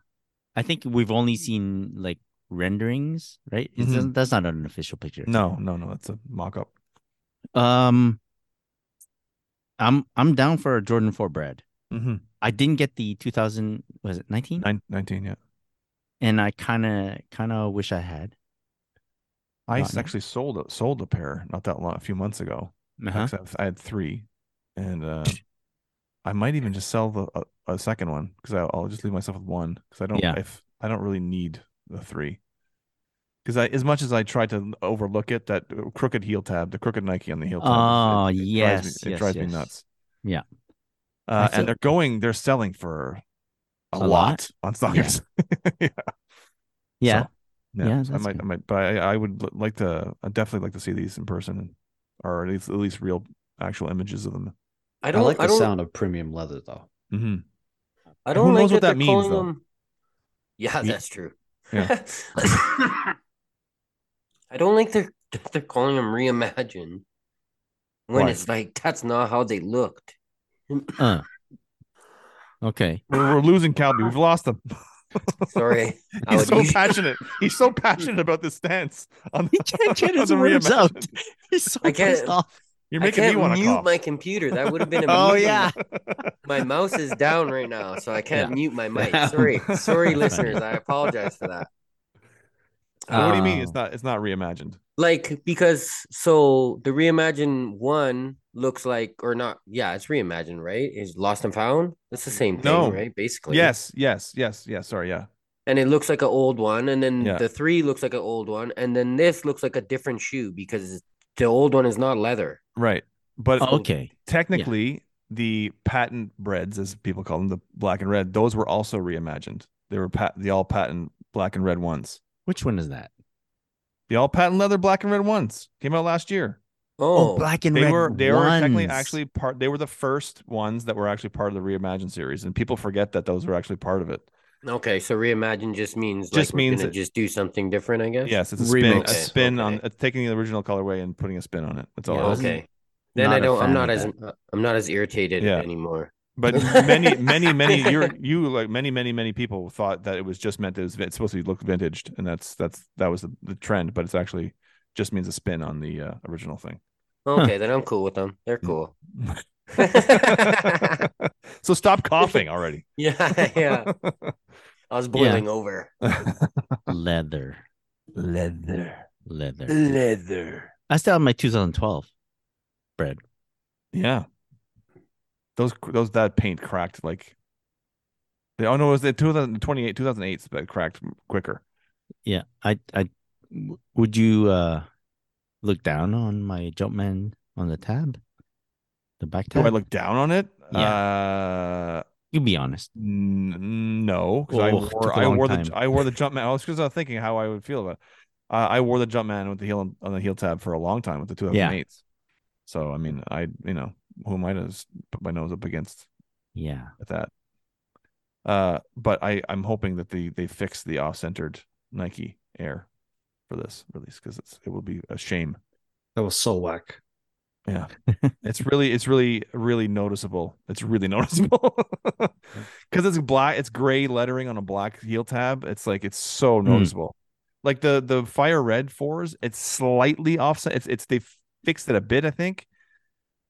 I think we've only seen like renderings, right? It
Mhm.
doesn't That's not an official picture. it's
No no no, that's a mock up.
Um, I'm I'm down for a Jordan Four bread.
Mm-hmm.
I didn't get the 2000 was it 19,
Nine, 19, yeah.
and I kind of kind of wish I had.
I
Not yet.
actually sold a, sold a pair not that long a few months ago.
Uh-huh.
Actually, I have- I had three, and uh, I might even just sell the uh, a, a second one because I'll, I'll just leave myself with one because I don't
Yeah.
if I don't really need the three. Because I, as much as I try to overlook it, that uh, crooked heel tab, the crooked Nike on the heel tab,
Oh,
it, it
yes,
drives me, it
yes,
drives me
yes.
nuts.
Yeah.
uh,
feel-
and they're going, they're selling for
A
a, lot,
lot?
on Stockers. yeah,
Yeah,
So, yeah,
Yeah,
so I
that's
might,
good.
I might, but I, I would l- like to, I definitely like to see these in person, or at least at least real actual images of them.
I
I,
don't
like
I
the
don't
sound of premium leather though.
Mm-hmm.
I don't
knows what
like that,
that
they're
means,
calling
though?
them. Yeah,
Ye-
that's true.
Yeah.
I don't like they're they're calling them reimagined when
Why?
it's like that's not how they looked.
Uh. Okay.
We're, we're losing Calby. We've lost him.
Sorry, I
He's
would
so
usu-
passionate. He's so passionate about this stance. On the,
He can't get
on
his
the
words out.
reimagined.
He's so
I can't-
pissed off.
You're
I
making me
can't
want to
mute
cough.
my computer. That would have been a
Oh,
mute.
yeah.
my mouse is down right now, so I can't mute my mic.
Down.
Sorry, sorry,
That's
listeners. I apologize for that.
What do you mean?
Oh.
It's
Um,
not. It's not reimagined.
Like because so the reimagined one looks like or not? Yeah, it's reimagined, right? Is Lost and Found? That's the same thing,
No.
right? Basically,
Yes. Yes. Yes. Yes. Sorry. Yeah.
And it looks like an old one, and then
Yeah.
the three looks like an old one, and then this looks like a different shoe because the old one is not leather.
Right. But
Oh, okay.
technically, the patent breads, as people call them, the black and red, those were also reimagined. They were pat- the all patent black and red ones.
Which one is that?
The all patent leather black and red ones came out last year.
Oh,
black and
they
red.
were they were technically
ones.
actually part they were the first ones that were actually part of the reimagined series and people forget that those were actually part of it
okay. So reimagined just means
Just
like we're
means
gonna
it-
just do something different, I guess.
yes it's a spin
Remix.
a spin on
Okay.
it's taking the original colorway and putting a spin on it that's all
Yeah,
it is.
okay. Then I
not a
don't. I'm
fan
not
of
as I'm not as irritated
Yeah.
anymore.
but many many many you you like many many many people thought that it was just meant to it's supposed to look vintaged and that's that's that was the, the trend but it's actually just means a spin on the uh, original thing
Okay, then I'm cool with them. They're cool.
so stop coughing already
yeah, yeah. I was boiling over.
leather.
leather
Leather.
Leather.
I still have my 2012 bread.
Yeah. Those those that paint cracked like they oh no, it was the 2028 2008 that cracked quicker.
Yeah. I I w- would you uh look down on my Jumpman on the tab? The back
Do
tab?
I look down on it?
Yeah.
Uh
you be honest.
n- no, cuz I
Oh,
wore
took a
I
long
wore
time.
the I wore the jump man. I was cuz I was thinking how I would feel about it. Uh, I wore the jump man with the heel on the heel tab for a long time with the 2008s. So I mean, I you know, who am I to s- put my nose up against
Yeah.
at that? Uh but I I'm hoping that they they fix the off-centered Nike Air for this release because it's it will be a shame.
That was so whack.
Yeah, it's really it's really really noticeable. It's really noticeable because it's black. It's gray lettering on a black heel tab. It's like it's so
Hmm.
noticeable. Like the the fire red fours, it's slightly offset. It's it's they fixed it a bit, I think,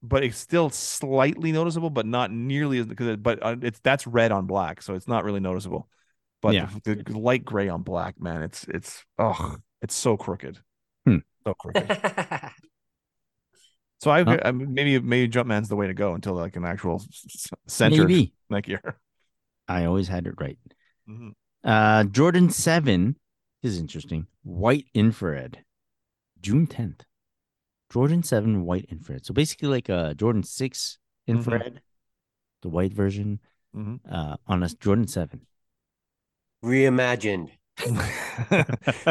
but it's still slightly noticeable, but not nearly as because. It, but uh, it's that's red on black, so it's not really noticeable. But
Yeah.
the, the light gray on black, man, it's it's oh, it's so crooked,
Hmm.
so crooked. So I,
Huh?
I maybe maybe Jumpman's the way to go until like an actual s- s- centered
Maybe.
neck year. Mm-hmm.
I always had it right. Uh, Jordan 7 this is interesting. White infrared, June 10th. Jordan 7 white infrared. So basically, like a Jordan 6
Mhm.
infrared, the white version,
Mhm.
uh, on a Jordan 7.
Reimagined.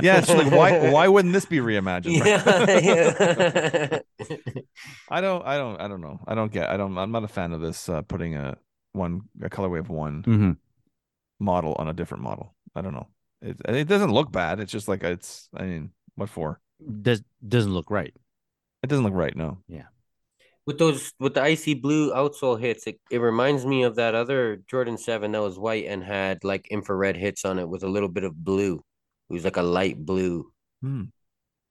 yeah, it's like why why wouldn't this be reimagined? right?
Yeah, yeah.
I don't I don't I don't know. I don't get I don't I'm not a fan of this uh, putting a one a colorway of one
Mhm.
model on a different model. I don't know. It it doesn't look bad. It's just like it's I mean, what for?
Does, doesn't look right.
It doesn't look right, no.
with those with the icy blue outsole hits, it, it reminds me of that other Jordan Seven that was white and had like infrared hits on it with a little bit of blue. It was like a light blue.
I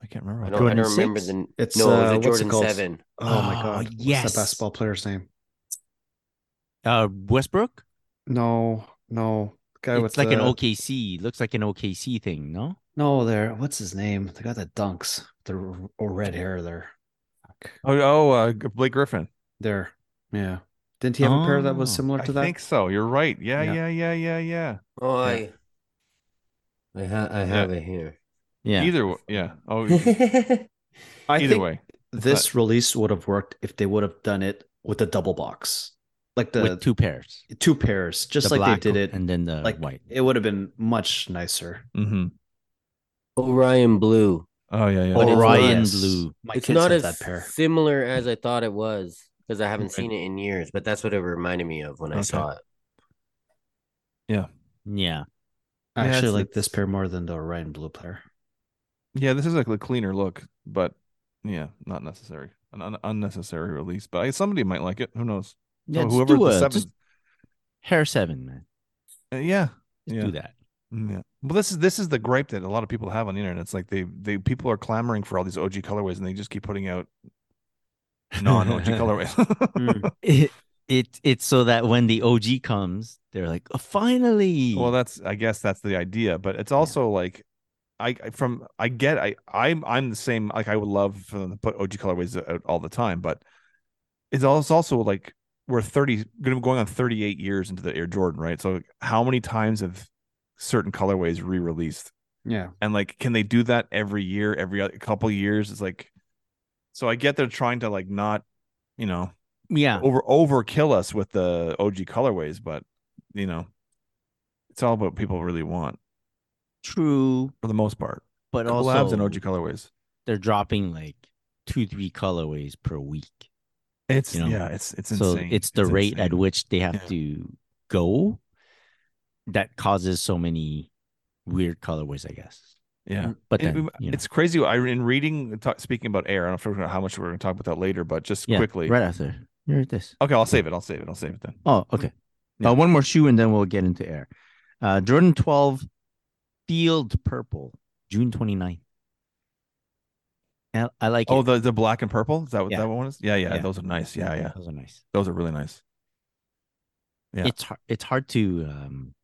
can't
I
remember.
don't, I
Jordan
don't remember
six?
the
It's,
no.
uh,
it
what's
was
it
a Jordan
called?
Seven.
Oh, my
Oh,
god. What's
yes.
that basketball player's name?
Uh, Westbrook?
No, no. Guy
it's
with
like an
the-
OKC. Looks like an OKC thing, no?
No, there. What's his name? The guy that dunks. The r- or red hair there. Fuck.
Oh, oh uh, Blake Griffin.
There. Yeah. Didn't he have a pair that was
Oh,
similar
I
to that?
think so. You're right.
Yeah.
yeah, yeah, yeah, yeah. yeah.
Oh,
Yeah.
I, I, ha- I have it here.
Yeah.
Either way, yeah. Oh,
I
either
think
way,
this release would have worked if they would have done it with a double box, like the
With two pairs.
two, pairs, just
The
like
black
they did it.
And then the
like
white.
it would have been much nicer.
Mm-hmm.
Orion Blue.
Oh yeah, yeah.
But it's
Orion
Yes.
blue.
My
It's
kids
not
have
as
that pair.
similar as I thought it was because I haven't
Right.
seen it in years. But that's what it reminded me of when I
Okay.
saw it.
Yeah.
I
Yeah,
actually
it's-
like this pair more than the Orion blue pair.
yeah, this is like a cleaner look, but yeah, not necessary. An un- unnecessary release, but I, somebody might like it. Who knows?
yeah
Oh,
just
whoever
do
the
a-
seventh.
just hair seven, man.
Uh, yeah,
Just
Yeah.
do that.
Mm, yeah. Well, this is this is the gripe that a lot of people have on the internet. It's like they they people are clamoring for all these OG colorways, and they just keep putting out non OG
Hmm.
colorways.
Mm.
it, it it's so that when the OG comes, they're like, oh, finally.
well, that's I guess that's the idea, but it's also like I I- from I get I I'm I'm the same. Like I would love for them to put OG colorways out all the time, but it's also, it's also like we're thirty going going on thirty eight years into the Air Jordan, right? So like, how many times have certain colorways re released?
Yeah.
and like can they do that every year every other couple years it's like so i get they're trying to like not you know
yeah.
over overkill us with the og colorways but you know it's all about what people really want
True,
for the most part
but
collabs
also
and og colorways
they're dropping like two, three colorways per week.
it's
You know?
yeah it's it's
so
insane
it's the rate at
insane.
which they have
Yeah.
to go that causes so many weird colorways, I guess.
yeah
Mm, But then,
It-
you know,
it's crazy i in reading talk, speaking about air i don't know if we're gonna- how much we're gonna talk about that later but just
yeah,
quickly
right after. Here it is.
okay i'll save it i'll save it i'll save it then
Oh, okay.
Yeah.
Uh, one more shoe and then we'll get into air. Uh, Jordan 12 Field Purple, June 29th. I, I like
oh
it.
the the black and purple is that what
Yeah.
that one is yeah, yeah
Yeah.
those are nice yeah yeah
Those are nice.
those are really nice Yeah.
It's hard, it's hard to um,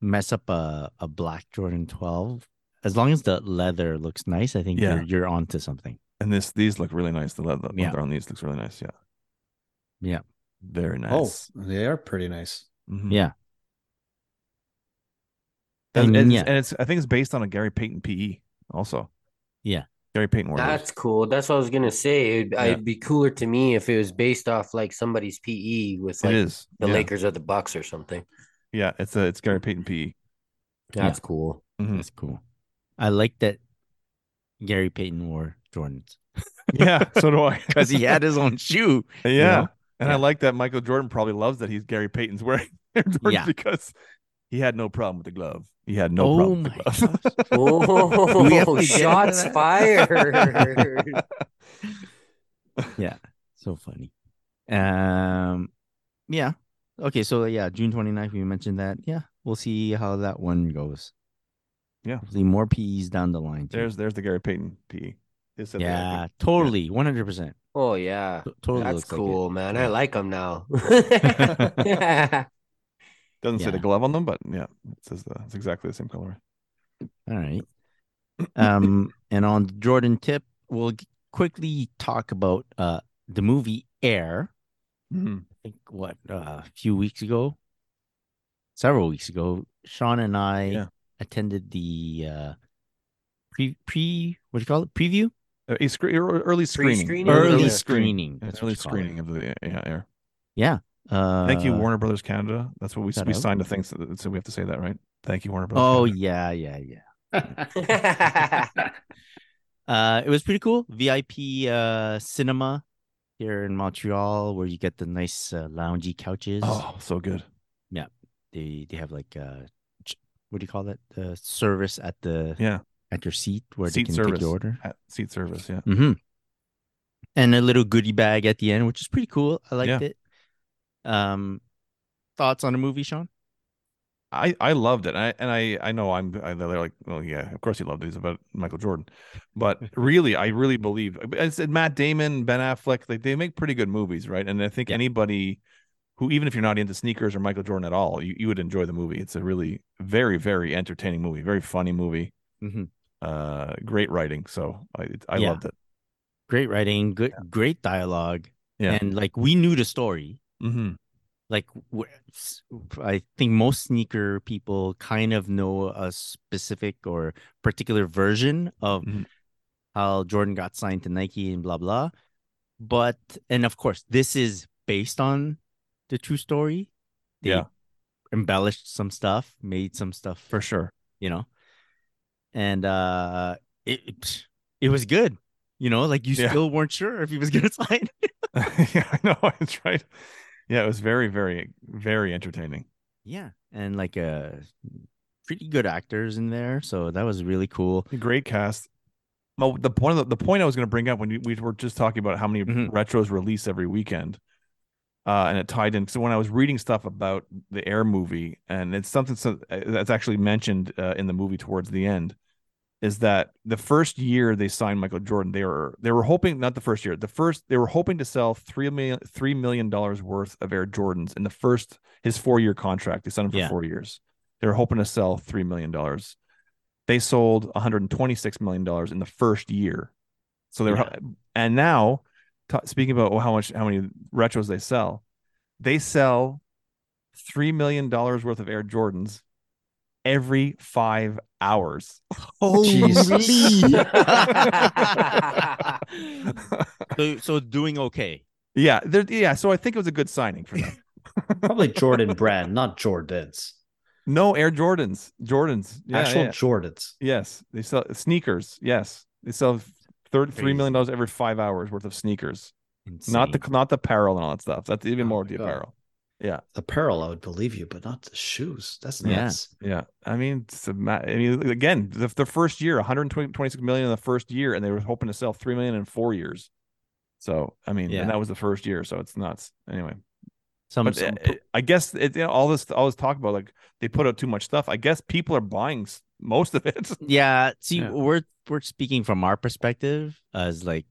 mess up a, a black Jordan 12. As long as the leather looks nice, I think
Yeah.
you're, you're onto something.
And this these look really nice. The leather,
Yeah.
leather on these looks really nice. Yeah.
Yeah.
Very
Oh,
nice.
they are pretty nice.
Mhm.
Yeah.
And,
And
and
yeah.
it's, and it's I think it's based on a Gary Payton PE also.
Yeah.
Gary Payton wore those.
That's cool. That's what I was gonna say. It'd,
Yeah.
it'd be cooler to me if it was based off like somebody's PE with
It
like
is.
the
yeah.
Lakers or the Bucks or something.
Yeah. It's a it's Gary Payton E. PE.
Yeah.
That's cool.
Mhm.
That's cool. I like that Gary Payton wore Jordans
Yeah. So do I.
because he had his own shoe.
yeah.
know?
And
Yeah.
I like that Michael Jordan probably loves that he's Gary Payton's wearing Air Jordans
Yeah.
because he had no problem with the glove. He had no
Oh
problem with
my
the glove.
We have to get
Oh,
into
shots
that.
fired.
So funny. Um, yeah. Okay, so uh, yeah, June 29th, we mentioned that. Yeah, we'll see how that one goes.
Yeah.
Hopefully more PEs down the line. Too.
There's there's the Gary Payton PE. It's at the-
yeah, totally. 100%.
oh yeah.
T- Totally
That's
looks like it.
cool, man. I
Yeah.
like them now.
Doesn't say the
Yeah.
glove on them, but yeah, it says the it's exactly the same color.
All right. Um, and on the Jordan tip, we'll g- quickly talk about uh the movie Air.
Mhm.
I think what uh, a few weeks ago, several weeks ago, Sean and I
Yeah.
attended the uh pre pre what do you call it preview
Uh, A scre- ear- early screening.
Pre-screening?
early,
yeah.
screening.
Yeah,
that's
early
what you call it.
screening of the yeah, air.
Uh,
Thank you, Warner Brothers Canada. That's what we
shout
we
out.
signed a thing, so, so we have to say that, right? Thank you, Warner
Oh
Brothers.
yeah, yeah, yeah.
yeah.
Uh, it was pretty cool. VIP uh cinema here in Montreal, where you get the nice uh, loungy couches.
Oh, so good.
they they have like uh ch- what do you call that the service at the
Yeah.
at your seat where
Seat
they can take
service.
your order
At seat service, yeah.
hmm and a little goodie bag at the end which is pretty cool i liked it um thoughts on the movie sean
I I loved it. I and I I know I'm I, they're like, well, yeah, of course he loved it. He's about Michael Jordan, but really, I really believe. uh, I said Matt Damon, Ben Affleck, they they make pretty good movies, right? And I think
Yeah.
anybody who, even if you're not into sneakers or Michael Jordan at all, you, you would enjoy the movie. It's a really very very entertaining movie, very funny movie,
Mhm.
uh, great writing. So I it- I
Yeah.
loved it.
great writing good great dialogue
Yeah.
and like we knew the story
Mm-hmm.
like w- s- i think most sneaker people kind of know a specific or particular version of
Mhm.
how jordan got signed to nike and blah blah but and of course this is based on the true story they
Yeah.
embellished some stuff made some stuff
For sure.
you know and uh it it- it was good you know like you
Yeah.
still weren't sure if he was gonna sign
yeah, I know. It's right. Yeah, it was very very very entertaining.
Yeah, and like uh pretty good actors in there, so that was really cool.
A Great cast. Well, the point the, the point I was going to bring up when you, we were just talking about how many
Mhm.
retros release every weekend, uh, and it tied in. So when I was reading stuff about the Air movie, and it's something so, uh, that's actually mentioned uh, in the movie towards the end, is that the first year they signed Michael Jordan, they were they were hoping not the first year, the first they were hoping to sell three million three million dollars worth of Air Jordans in the first his four year contract. They signed him for
Yeah.
four years. They were hoping to sell three million dollars They sold 126 million dollars in the first year. So they were, and now ta speaking about how much how many retros they sell, they sell three million dollars worth of Air Jordans every five hours.
so, so doing okay.
yeah, they're- yeah. So I think it was a good signing for them.
Probably Jordan brand, not Jordans.
No Air Jordans, Jordans, yeah,
Actual
yeah.
Jordans.
Yes, they sell sneakers. Yes, they sell third three million dollars every five hours worth of sneakers. Not the not the apparel and all that stuff. That's even
Oh
more
my
the
God.
apparel.
Apparel, I would believe you, but not the shoes. That's
Yeah.
nuts.
Yeah, I mean, it's a ma- I mean, again, the, the first year, 126 million in the first year, and they were hoping to sell three million in four years. So I mean,
Yeah.
and that was the first year, so it's nuts. Anyway,
some,
but
some-
uh, I guess it, you know, all this all this talk about like they put out too much stuff. I guess people are buying s- most of it.
yeah see
Yeah.
we're we're speaking from our perspective as like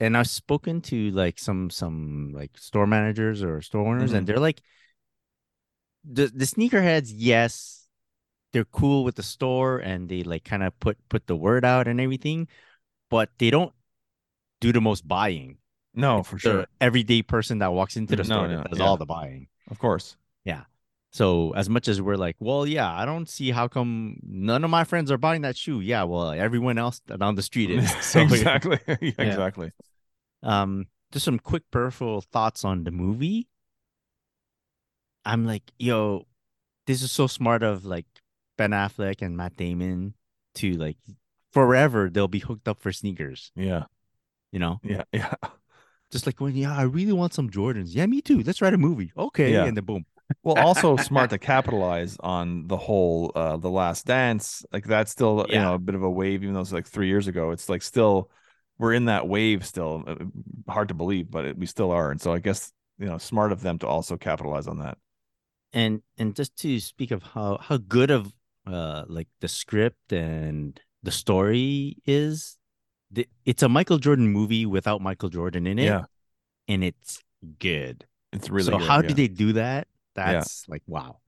and i've spoken to like some some like store managers or store owners
Mm-hmm.
and they're like the the sneakerheads yes they're cool with the store and they like kind of put put the word out and everything but they don't do the most buying
No, for
the everyday person that walks into the
No,
store
no,
that does
yeah.
all the buying
of course.
so as much as we're like, well, yeah, I don't see how come none of my friends are buying that shoe. Yeah, well, everyone else down the street is. So,
exactly, Yeah, exactly.
Um, just some quick peripheral thoughts on the movie. I'm like, yo, this is so smart of like Ben Affleck and Matt Damon to like forever they'll be hooked up for sneakers.
Yeah,
You know,
yeah, yeah.
just like when yeah, I really want some Jordans. Yeah, me too. Let's write a movie. Okay,
Yeah.
and then boom.
Well, also smart to capitalize on the whole uh the last dance. Like that's still you
Yeah.
know a bit of a wave, even though it's like three years ago. It's like still we're in that wave still. Uh, Hard to believe, but it, we still are. And so I guess you know smart of them to also capitalize on that.
and and just to speak of how how good of uh like the script and the story is the, it's a michael jordan movie without michael jordan in it
Yeah.
and it's good
It's really
so
good,
how
yeah.
did they do that that's like wow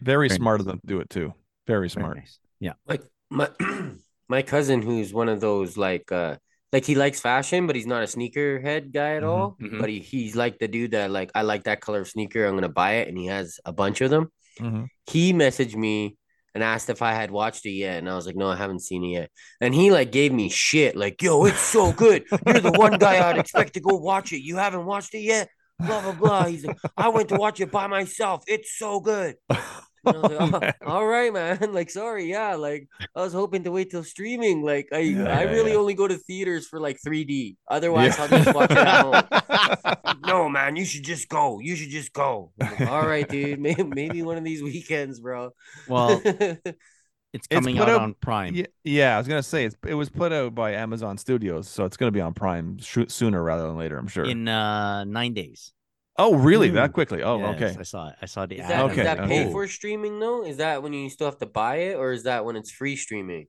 Very
Very
smart of
nice.
them to do it too. Very
Very
smart.
nice. yeah
Like my my cousin who's one of those like uh like he likes fashion, but he's not a sneaker head guy at
Mhm,
all.
mhm.
But he, he's like the dude that like I like that color of sneaker, I'm gonna buy it, and he has a bunch of them.
Mhm.
he messaged me and asked if I had watched it yet. And I was like, no, I haven't seen it yet. And he like gave me shit, like, yo, it's so good. You're the one guy I'd expect to go watch it. You haven't watched it yet? Blah, blah, blah. He's like, I went to watch it by myself. It's so good. And I was like,
Oh, man.
"Oh, all right, man. Like, sorry, yeah. Like, I was hoping to wait till streaming. Like, I,
Yeah,
I
yeah,
really
yeah.
only go to theaters for like 3D. Otherwise,
Yeah.
I'll just watch it at home no man you should just go you should just go I'm like, all right dude maybe, maybe one of these weekends bro
well it's coming
put
out
up-
on prime
Yeah, yeah, I was gonna say it's, it was put out by Amazon Studios, so it's gonna be on Prime sho- sooner rather than later. I'm sure.
in uh nine days
oh, really?
Ooh.
That quickly? Oh,
Yes,
okay.
i saw it i saw the
is
ad.
that,
I'm
is
Okay,
that
like,
paid
"Whoa."
for streaming though is that when you still have to buy it or is that when it's free streaming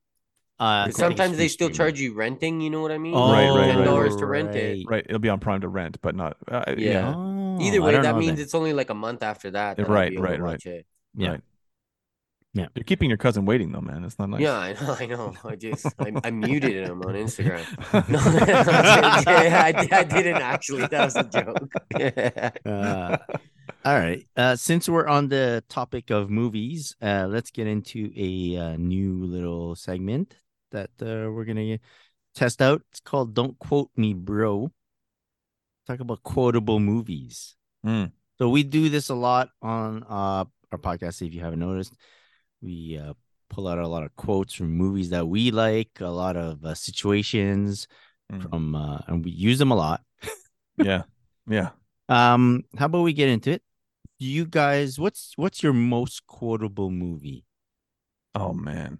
Uh, I
'Cause
think it's
sometimes they
free
still
streaming.
charge you renting you know what i mean
oh,
Right, right, right.
$10 to rent it.
right.
Right, it'll be on Prime to rent, but not. Uh, yeah,
Yeah.
Oh,
either
I
way
don't
that
know
means
then.
it's only like a month after that, that I'll
Right,
be able to
right, right.
watch it.
Yeah.
Right.
Yeah.
You're keeping your cousin waiting though, man. It's not nice.
yeah i know i know i just i, I muted him on instagram no, I,
I,
I didn't actually. That was a joke.
Uh, all right. Uh, since we're on the topic of movies, uh, let's get into a uh, new little segment that uh, we're gonna test out. It's called "Don't Quote Me, Bro." Talk about quotable movies.
Hmm.
So we do this a lot on uh, our podcast. If you haven't noticed, we uh, pull out a lot of quotes from movies that we like, a lot of uh, situations
Mhm.
from, uh, and we use them a lot.
yeah. Yeah.
Um, how about we get into it? You guys, what's what's your most quotable movie?
Oh man.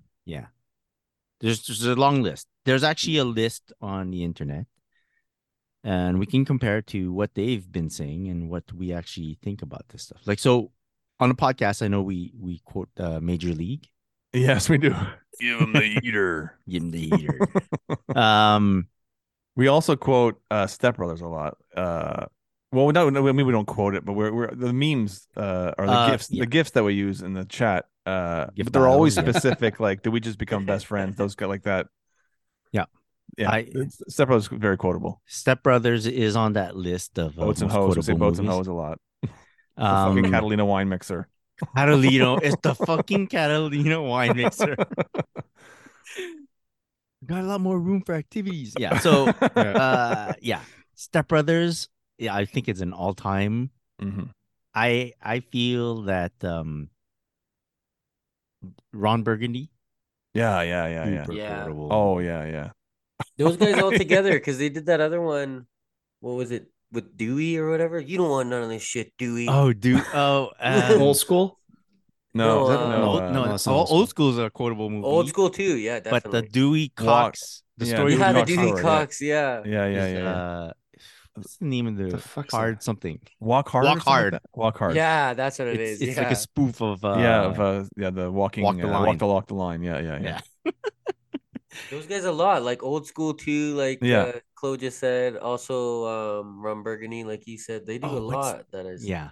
There's there's a long list. There's actually a list on the internet, and we can compare it to what they've been saying and what we actually think about this stuff. Like so, on the podcast, I know we we quote uh, Major League.
Yes, we do. Give him the eater.
Give 'em the heater. um,
We also quote uh, Step Brothers a lot. Uh, Well, no, no, I mean we don't quote it, but we're, we're the memes uh, are the
Uh,
gifts,
yeah.
the gifts that we use in the chat. Uh,
Gift
but they're always
files, yeah.
specific. like, did we just become best friends? Those guys like that.
Yeah.
yeah.
I-
it's- Step was very quotable.
Step Brothers is on that list of uh,
Boats and
most
hoes. We say
quotable
boats and
movies.
hoes a lot. The fucking
Um,
Catalina wine mixer.
Catalino, it's the fucking Catalino wine mixer. Got a lot more room for activities. Yeah. So, uh, yeah, Step Brothers. Yeah, I think it's an all-time
Mhm.
I I feel that um Ron Burgundy.
yeah, yeah, yeah, yeah.
super
Yeah.
quotable.
Oh yeah, yeah.
Those guys all together because they did that other one. What was it with Dewey or whatever? You don't want none of this shit, Dewey.
oh, dude. Oh, um,
Old school.
No,
No,
that-
uh,
no,
old-
uh,
no,
no,
it's
it's not
all-
old
old school is a quotable movie.
old school too. Yeah,
but
definitely.
the Dewey
Walk.
Cox, the
Yeah,
story of
Dewey
yeah, the
Cox
Dewey
story, yeah.
Cox. Yeah.
Yeah, yeah,
is,
yeah. yeah.
Uh, what's the name of the,
The fuck's
hard
that?
something?
Walk hard. or
Walk
something like
Hard.
that? Walk hard.
Yeah, that's what it
it's
is.
it's
yeah.
like a spoof of uh,
yeah, of, uh, yeah. The walking,
Walk the
uh,
Line.
walk the lock the line. Yeah, yeah, yeah.
Yeah.
Those guys a lot, like old school too, like
Yeah.
uh, Chloe just said. Also, um, Rum Burgundy, like he said, they do a
Oh, what's-
lot. That is,
yeah.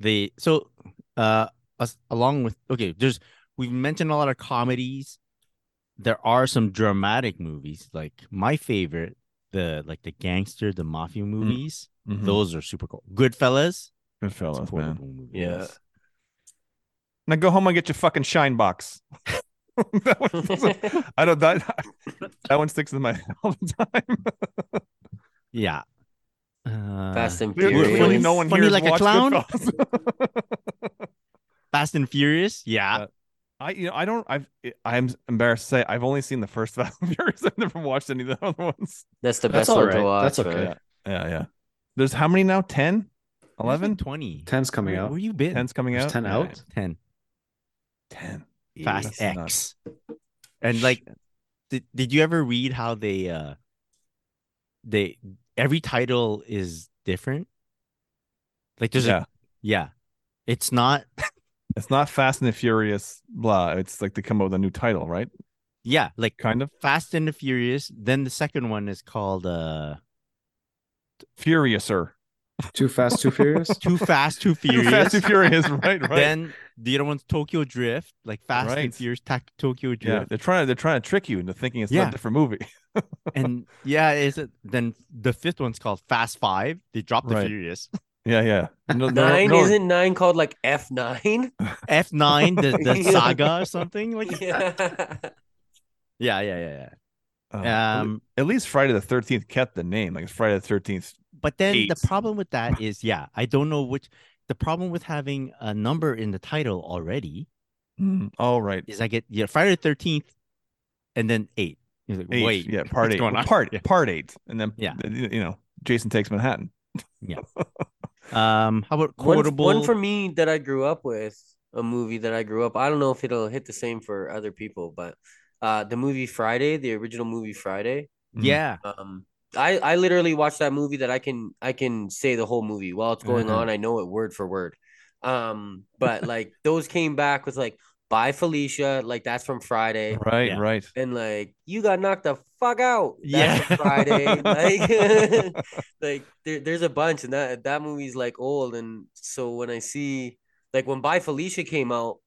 They so uh us along with okay, there's we've mentioned a lot of comedies. There are some dramatic movies, like my favorite, the like the gangster, the mafia movies.
Mhm.
Those are super cool. Goodfellas,
Good fellas, man.
quotable movie,
Yeah.
yes.
Now go home and get your fucking shine box. that one, I don't that that one sticks in my head all the time.
yeah. Uh,
Fast and
we're- we're
Furious.
Really, no one
Funny
here
like a
watched
clown?
Goodfellas.
Fast and Furious, yeah.
Uh, I you know I don't I've eh, I'm embarrassed to say I've only seen the first Fast and Furious. I've never watched any of the other ones.
that's the
That's
best
all
one to
right.
watch.
That's
man.
okay.
Yeah, yeah. There's how many now? 10? 11?
20.
Ten's coming
where,
out.
Where you been?
10's coming
There's
out.
10
Yeah,
out?
10.
10.
Fast
That's
X.
nuts.
And like did, did you ever read how they uh they every title is different? Like there's
yeah.
a yeah. It's not
It's not Fast and the Furious blah. It's like they come up with a new title, right?
yeah, like
Kind of.
Fast and the Furious, then the second one is called uh
Furiouser.
Too fast, too furious.
Too Fast, Too
Too
Furious.
Fast and Furious, right? Right.
Then the other one's Tokyo Drift, like Fast
Right.
and Furious Tac- Tokyo
yeah,
Drift.
they're trying to they're trying to trick you into thinking it's
Yeah.
a different movie.
And yeah, is it then the fifth one's called Fast Five? They dropped the
Right.
Furious.
Yeah, yeah. No, no,
Nine
no.
isn't nine called like F nine?
F nine, the, the
Yeah.
saga or something like that.
Yeah.
Yeah, yeah, yeah,
Oh,
yeah.
at le-
Um,
at least Friday the Thirteenth kept the name. Like it's Friday the Thirteenth.
But then
Eight.
the problem with that is, yeah, I don't know which. The problem with having a number in the title already
hmm, All right.
is I get yeah Friday the Thirteenth, and then eight. You're like,
Eight.
wait,
yeah, part
what's
eight.
going on?
Part
Yeah.
part eight, and then
Yeah.
th- you know, Jason takes Manhattan.
Um, how about
One,
quotable?
one for me that I grew up with, a movie that I grew up. I don't know if it'll hit the same for other people, but uh, the movie Friday, the original movie Friday.
Mm.
yeah,
Um, I I literally watched that movie that I can I can say the whole movie while it's going
Mhm.
on. I know it word for word. Um, but like those came back with like "Bye Felicia," like that's from Friday,
Right.
Yeah.
Right.
and like you got knocked the fuck out. That's
Yeah.
from Friday. Like, like there, there's a bunch, and that that movie's like old, and so when I see like when "Bye Felicia" came out,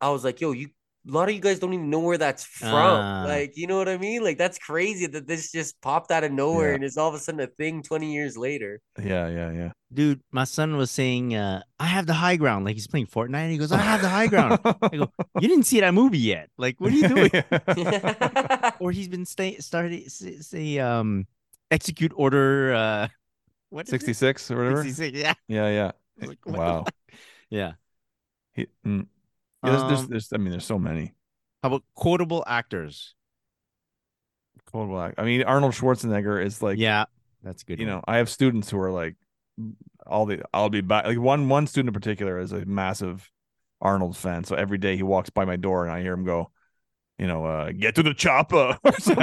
I was like, yo, you. A lot of you guys don't even know where that's from.
Ah.
like, you know what I mean? Like, that's crazy that this just popped out of nowhere
Yeah.
and it's all of a sudden a thing 20 years later.
Yeah. Yeah. Yeah.
dude, my son was saying, uh, "I have the high ground." Like he's playing Fortnite, and he goes, "I have the high ground." you didn't see that movie yet. Like, what are you doing?
Uh,
yeah,
or he's been stay started say, say um, execute order. Uh, what is it?
Sixty six or whatever.
66, Yeah.
Yeah. Yeah.
I was like, what the
Wow.
Yeah.
He- mm. Yeah, there's, there's,
Um,
there's, I mean, there's so many.
How about quotable actors?
Cold Black. I mean, Arnold Schwarzenegger is like,
yeah, that's a good.
you
one.
know, I have students who are like, all the I'll be back. Like one one student in particular is a massive Arnold fan. So every day he walks by my door and I hear him go, you know, uh, get to the chopper. or something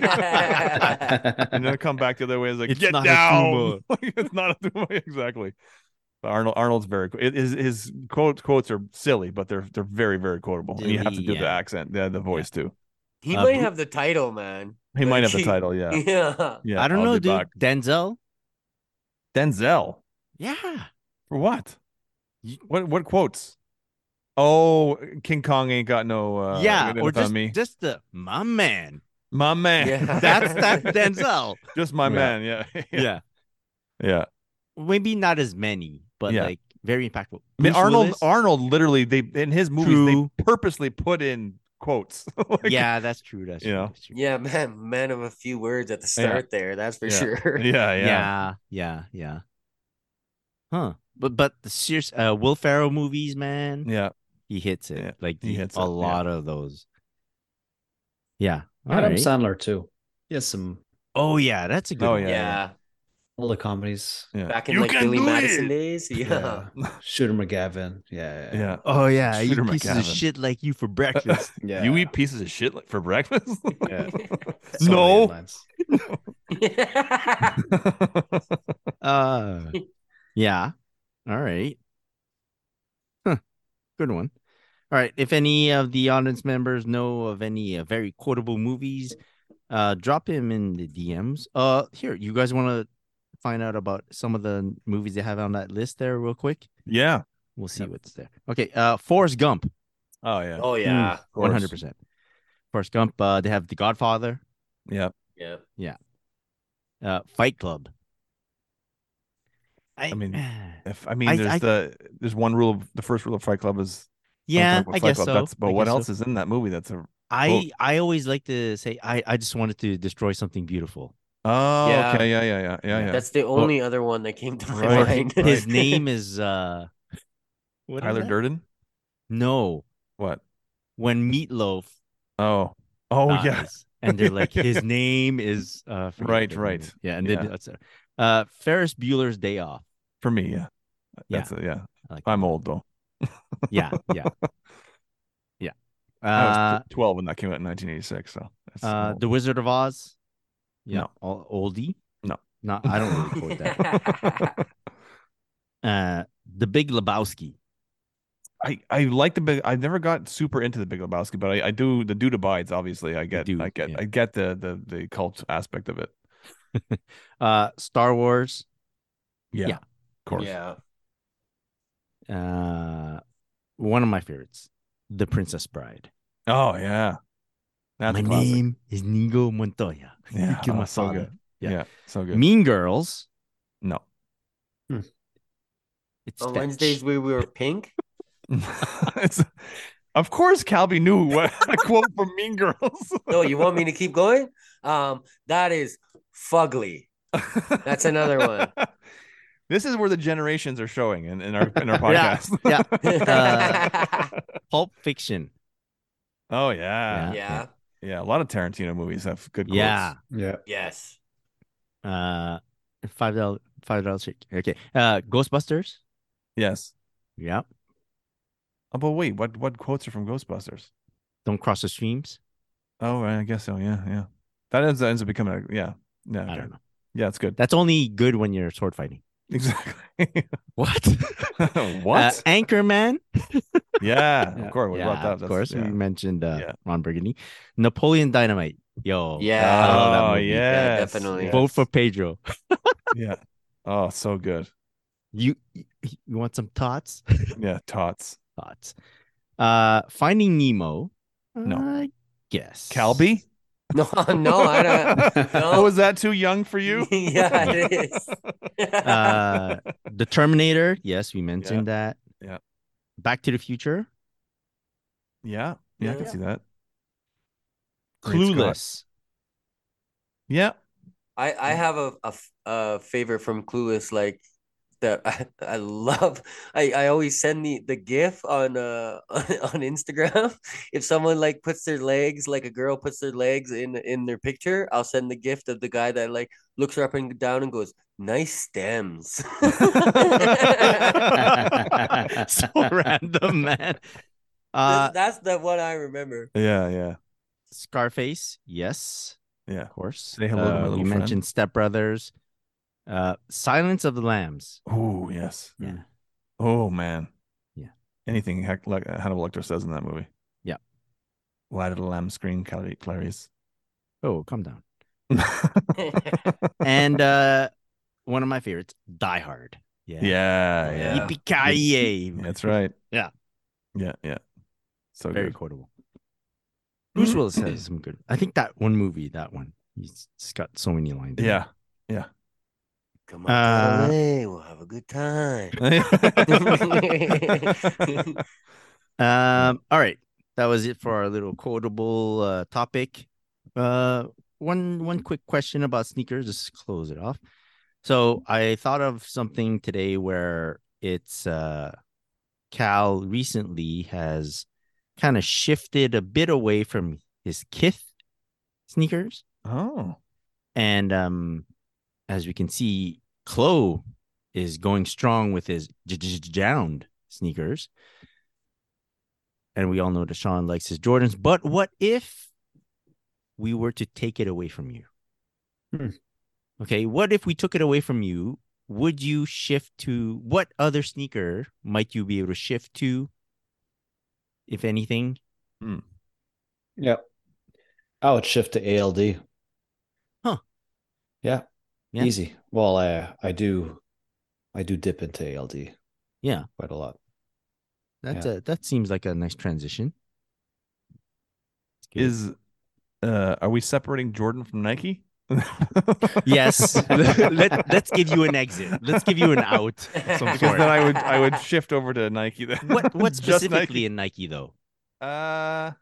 that. and then I come back the other way. It's like,
It's
get
not a
down.
sumo.
like, it's not a sumo. exactly. But Arnold Arnold's very cool. His his quotes quotes are silly, but they're they're very very quotable. And you have to do the
Yeah.
accent, the the voice too.
he
Uh,
might
Bru-
have the title, man.
He might have the
Like,
title, yeah.
Yeah.
Yeah,
I don't
I'll
know,
be
dude.
back.
Denzel.
Denzel.
Yeah.
For what? What what quotes? Oh, King Kong ain't got no uh
yeah.
ain't
Or
enough on
just,
me.
just the my man.
my man.
Yeah.
That's that Denzel.
just my
Yeah.
man, yeah.
yeah.
Yeah.
Maybe not as many, but
Yeah.
like very impactful.
I mean,
Bruce
Arnold
Willis?
Arnold literally they in his movies
True.
they purposely put in quotes. Like,
yeah, that's true. That's
you
true,
know.
that's true.
Yeah, man, man of a few words at the
Yeah.
start there. That's for
Yeah.
sure.
Yeah, yeah.
yeah, yeah, yeah. Huh. But but the serious uh, Will Ferrell movies, man,
Yeah.
he hits it
Yeah,
like
he
the-
hits
a
it, yeah.
lot of those. Yeah. All
Adam
right.
Sandler too. He has some
Oh yeah, that's a good.
Oh,
one.
yeah.
Yeah.
all the comedies.
Back in
You
like
can
Billy
do
Madison
it!
days. Yeah.
Shooter McGavin. Yeah.
Yeah.
Oh yeah,
Shooter
you pieces of
McGavin.
shit like you for breakfast.
yeah.
You eat pieces of shit like, for breakfast?
Yeah. Saw the
no.
headlines.
uh, yeah. All right. Huh. Good one. All right. If any of the audience members know of any uh, very quotable movies, uh, drop him in the DMs. Uh, here, you guys want to find out about some of the movies they have on that list there, real quick?
yeah.
We'll see
Yep.
what's there. Okay. Uh, Forrest Gump,
Oh yeah.
oh yeah.
one hundred percent. Forrest Gump. Uh, they have The Godfather,
Yeah.
Yeah.
uh, Fight Club. I,
mean, If I mean,
I-
there's
I-
the there's one rule of the first rule of Fight Club is don't
yeah,
talk about
I
Fight
guess
Club.
so.
That's, but
I
what
guess so.
else is in that movie? That's a
I I always like to say I I just wanted to destroy something beautiful.
oh
Yeah.
okay yeah yeah yeah yeah yeah.
That's the only other one that came to my
Right.
mind.
Right.
His name is uh what is
Tyler
that?
Durden.
No,
What?
when Meatloaf.
Oh oh yeah.
dies, and they're like his name is uh forget
Right,
his
right.
name. yeah and then
Yeah.
that's it. uh Ferris Bueller's Day Off.
For me yeah.
Yeah.
That's a, yeah.
I like
I'm old though.
Yeah, yeah, yeah.
I
Uh,
was tw- 12 when that came out in 1986. So that's
uh,
old.
The Wizard of Oz. Yeah,
No.
all oldie.
No.
not I don't really quote that. Uh, The Big Lebowski.
I I like the big. I never got super into the Big Lebowski, but I, I do the dude abides. Obviously, I get
Dude,
I get
yeah.
I get the the the cult aspect of it.
Uh, Star Wars.
Yeah,
Yeah.
of course.
Yeah.
uh one of my favorites the princess bride
Oh yeah, that's
my
a classic.
name is nigo montoya You
Yeah,
killed
oh,
my
so
father.
good. Yeah.
Yeah.
so good.
mean girls
no,
it's
On
fetch.
Wednesdays we were pink.
It's- of course, Calby knew what a quote from Mean Girls.
No, you want me to keep going? Um, that is fugly. That's another one.
This is where the generations are showing in, in our in our
Yeah,
podcast.
yeah.
Uh.
yeah.
pulp fiction
Oh yeah. yeah,
Yeah.
A lot of Tarantino movies have good. Quotes.
yeah
Yeah.
Yes.
uh five dollar five dollar shake okay uh ghostbusters
Yes.
yeah
Oh, but wait, what what quotes are from Ghostbusters?
don't cross the streams
Oh, right, I guess so. Yeah, yeah. That ends, ends up becoming a yeah, yeah.
i
okay.
don't know
Yeah, it's good.
that's only good when you're sword fighting
Exactly.
what uh,
what?
anchorman
yeah,
Yeah.
of course. We
yeah,
brought that. up.
of
That's-
course
Yeah.
we mentioned uh
Yeah.
ron burgundy napoleon dynamite yo
Yeah.
I love that
Oh
movie.
yes,
definitely.
yes.
vote for pedro
yeah. Oh, so good.
You you you want some tots?
Yeah, tots.
Tots. Uh Finding Nemo.
No.
I guess.
Calby.
No, no, I don't.
Oh, was that too young for you?
yeah, it is.
Uh The Terminator. Yes, we mentioned that.
Yeah.
Back to the Future.
Yeah, yeah, I can
Yeah.
see that. Great Scott.
Clueless.
Yeah.
I, I have a, a f- a favorite from Clueless, like that I, I love. I, I always send the, the GIF on uh on, Instagram. If someone like puts their legs, like a girl puts their legs in in their picture, I'll send the gift of the guy that like looks her up and down and goes, "Nice stems."
Uh,
so random, man. Uh
That's- that's the one I remember.
Yeah, yeah.
Scarface. Yes.
Yeah.
Of course.
Say hello to my
Uh,
little
we
friend.
mentioned Step Brothers. Uh Silence of the Lambs.
Oh yes.
Yeah.
Oh man.
Yeah.
Anything Hec- like uh, Hannibal Lecter says in that movie.
Yeah.
Why did the lamb scream, Clary- Clarice?
Oh, calm down. and uh one of my favorites, Die Hard.
Yeah, yeah.
Yeah.
Yippee-ki-yay.
That's right.
Yeah.
Yeah. Yeah. So
Very
good.
quotable. Bruce Willis has some good. I think that one movie, that one, he's just got so many lines. in it.
Yeah.
Come on,
Uh,
uh, LA. We'll have a good time.
Oh, Um, all right. That was it for our little quotable uh, topic. Uh, one one quick question about sneakers, just to close it off. So I thought of something today where it's uh, Cal recently has kind of shifted a bit away from his Kith sneakers,
oh.
and um, as we can see, Chloe is going strong with his j- j- j- downed sneakers. And we all know Deshaun likes his Jordans. But what if we were to take it away from you?
Hmm.
Okay. What if we took it away from you? Would you shift to what other sneaker might you be able to shift to? If anything,
Yep. I would shift to ALD.
Huh.
Yeah.
Yeah.
Easy. Well, I I do I do dip into ALD.
Yeah.
Quite a lot.
that's a that seems like a nice transition. Good.
Is uh are we separating Jordan from Nike?
yes. Let, let's give you an exit. Let's give you an out. of some
Because
sort.
then I would I would shift over to Nike then.
What what
Just
specifically
Nike.
in Nike though?
Uh,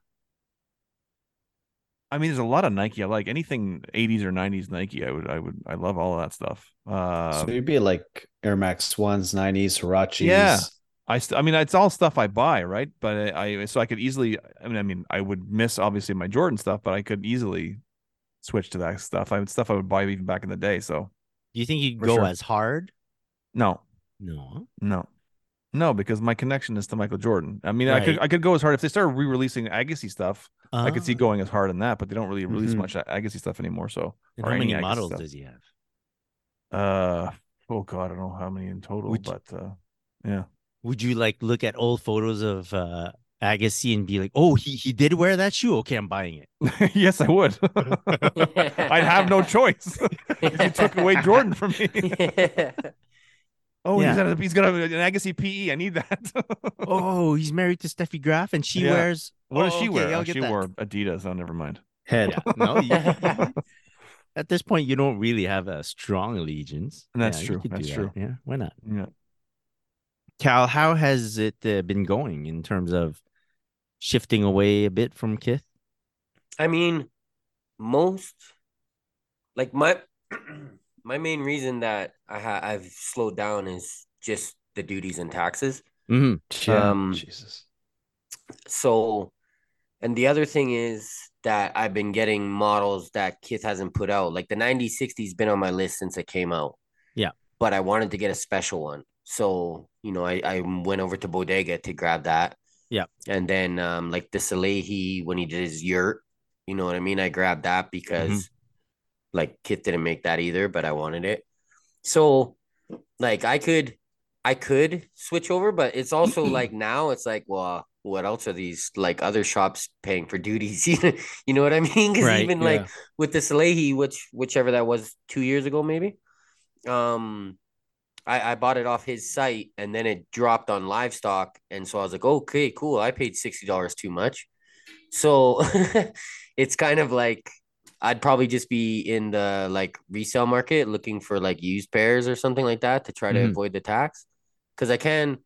I mean, there's a lot of Nike I like. Anything 80s or 90s Nike, I would, I would, I love all of that stuff. Uh,
so it'd be like Air Max ones, nineties, Hirachis.
Yeah. I, st- I mean, it's all stuff I buy, right? But I, I, so I could easily, I mean, I mean, I would miss obviously my Jordan stuff, but I could easily switch to that stuff. I would stuff I would buy even back in the day. So
Do you think you'd
For
go
sure.
as hard?
no,
No.
no, no, because my connection is to Michael Jordan. I mean, I could,
Right.
I could go as hard if they started re-releasing Agassi stuff. I could see
Ah, Mm-hmm.
going as hard on that, but they don't really release
Mhm.
much Agassi stuff anymore. So
and
or
how
any
many
Nike
models
stuff.
does he have?
Uh oh god, I don't know how many in total,
Which-
but uh
Would you like look at old photos of uh Agassi and be like, "Oh, he he did wear that shoe. Okay, I'm buying it."
yes, I would. I'd have no choice. you took away Jordan from me. Oh, he's, got a, he's got a, an Agassi PE. I need that.
oh, he's married to Steffi Graf, and she
Yeah.
wears.
what does
Oh,
she
okay,
wear?
I'll
Oh,
get
she
that.
wore Adidas. Oh, never mind.
Head.
Yeah, no. you- at this point, you don't really have a strong allegiance.
That's
Yeah, you
true.
could do
That's
that.
true.
Yeah, why not?
Yeah.
Cal, how has it uh, been going in terms of shifting away a bit from Kith?
I mean, most like my my main reason that I ha- I've slowed down is just the duties and taxes.
Mm-hmm.
Yeah,
Um,
Jesus.
So, and the other thing is that I've been getting models that Kith hasn't put out. Like the 9060's been on my list since it came out.
Yeah.
But I wanted to get a special one. So, you know, I, I went over to Bodega to grab that.
Yeah.
And then, um, like the Salehi, when he did his yurt, you know what I mean? I grabbed that because,
Mm-hmm.
like, Kith didn't make that either, but I wanted it. So, like, I could. I could switch over, but it's also like now it's like, well, what else are these like other shops paying for duties? you know what I mean? Because
Right,
even like with the Salehi, which whichever that was two years ago, maybe. Um, I I bought it off his site and then it dropped on livestock, and so I was like, okay, cool. I paid sixty dollars too much, so it's kind of like I'd probably just be in the like resale market looking for like used pairs or something like that to try to
Mhm.
avoid the tax, because I can.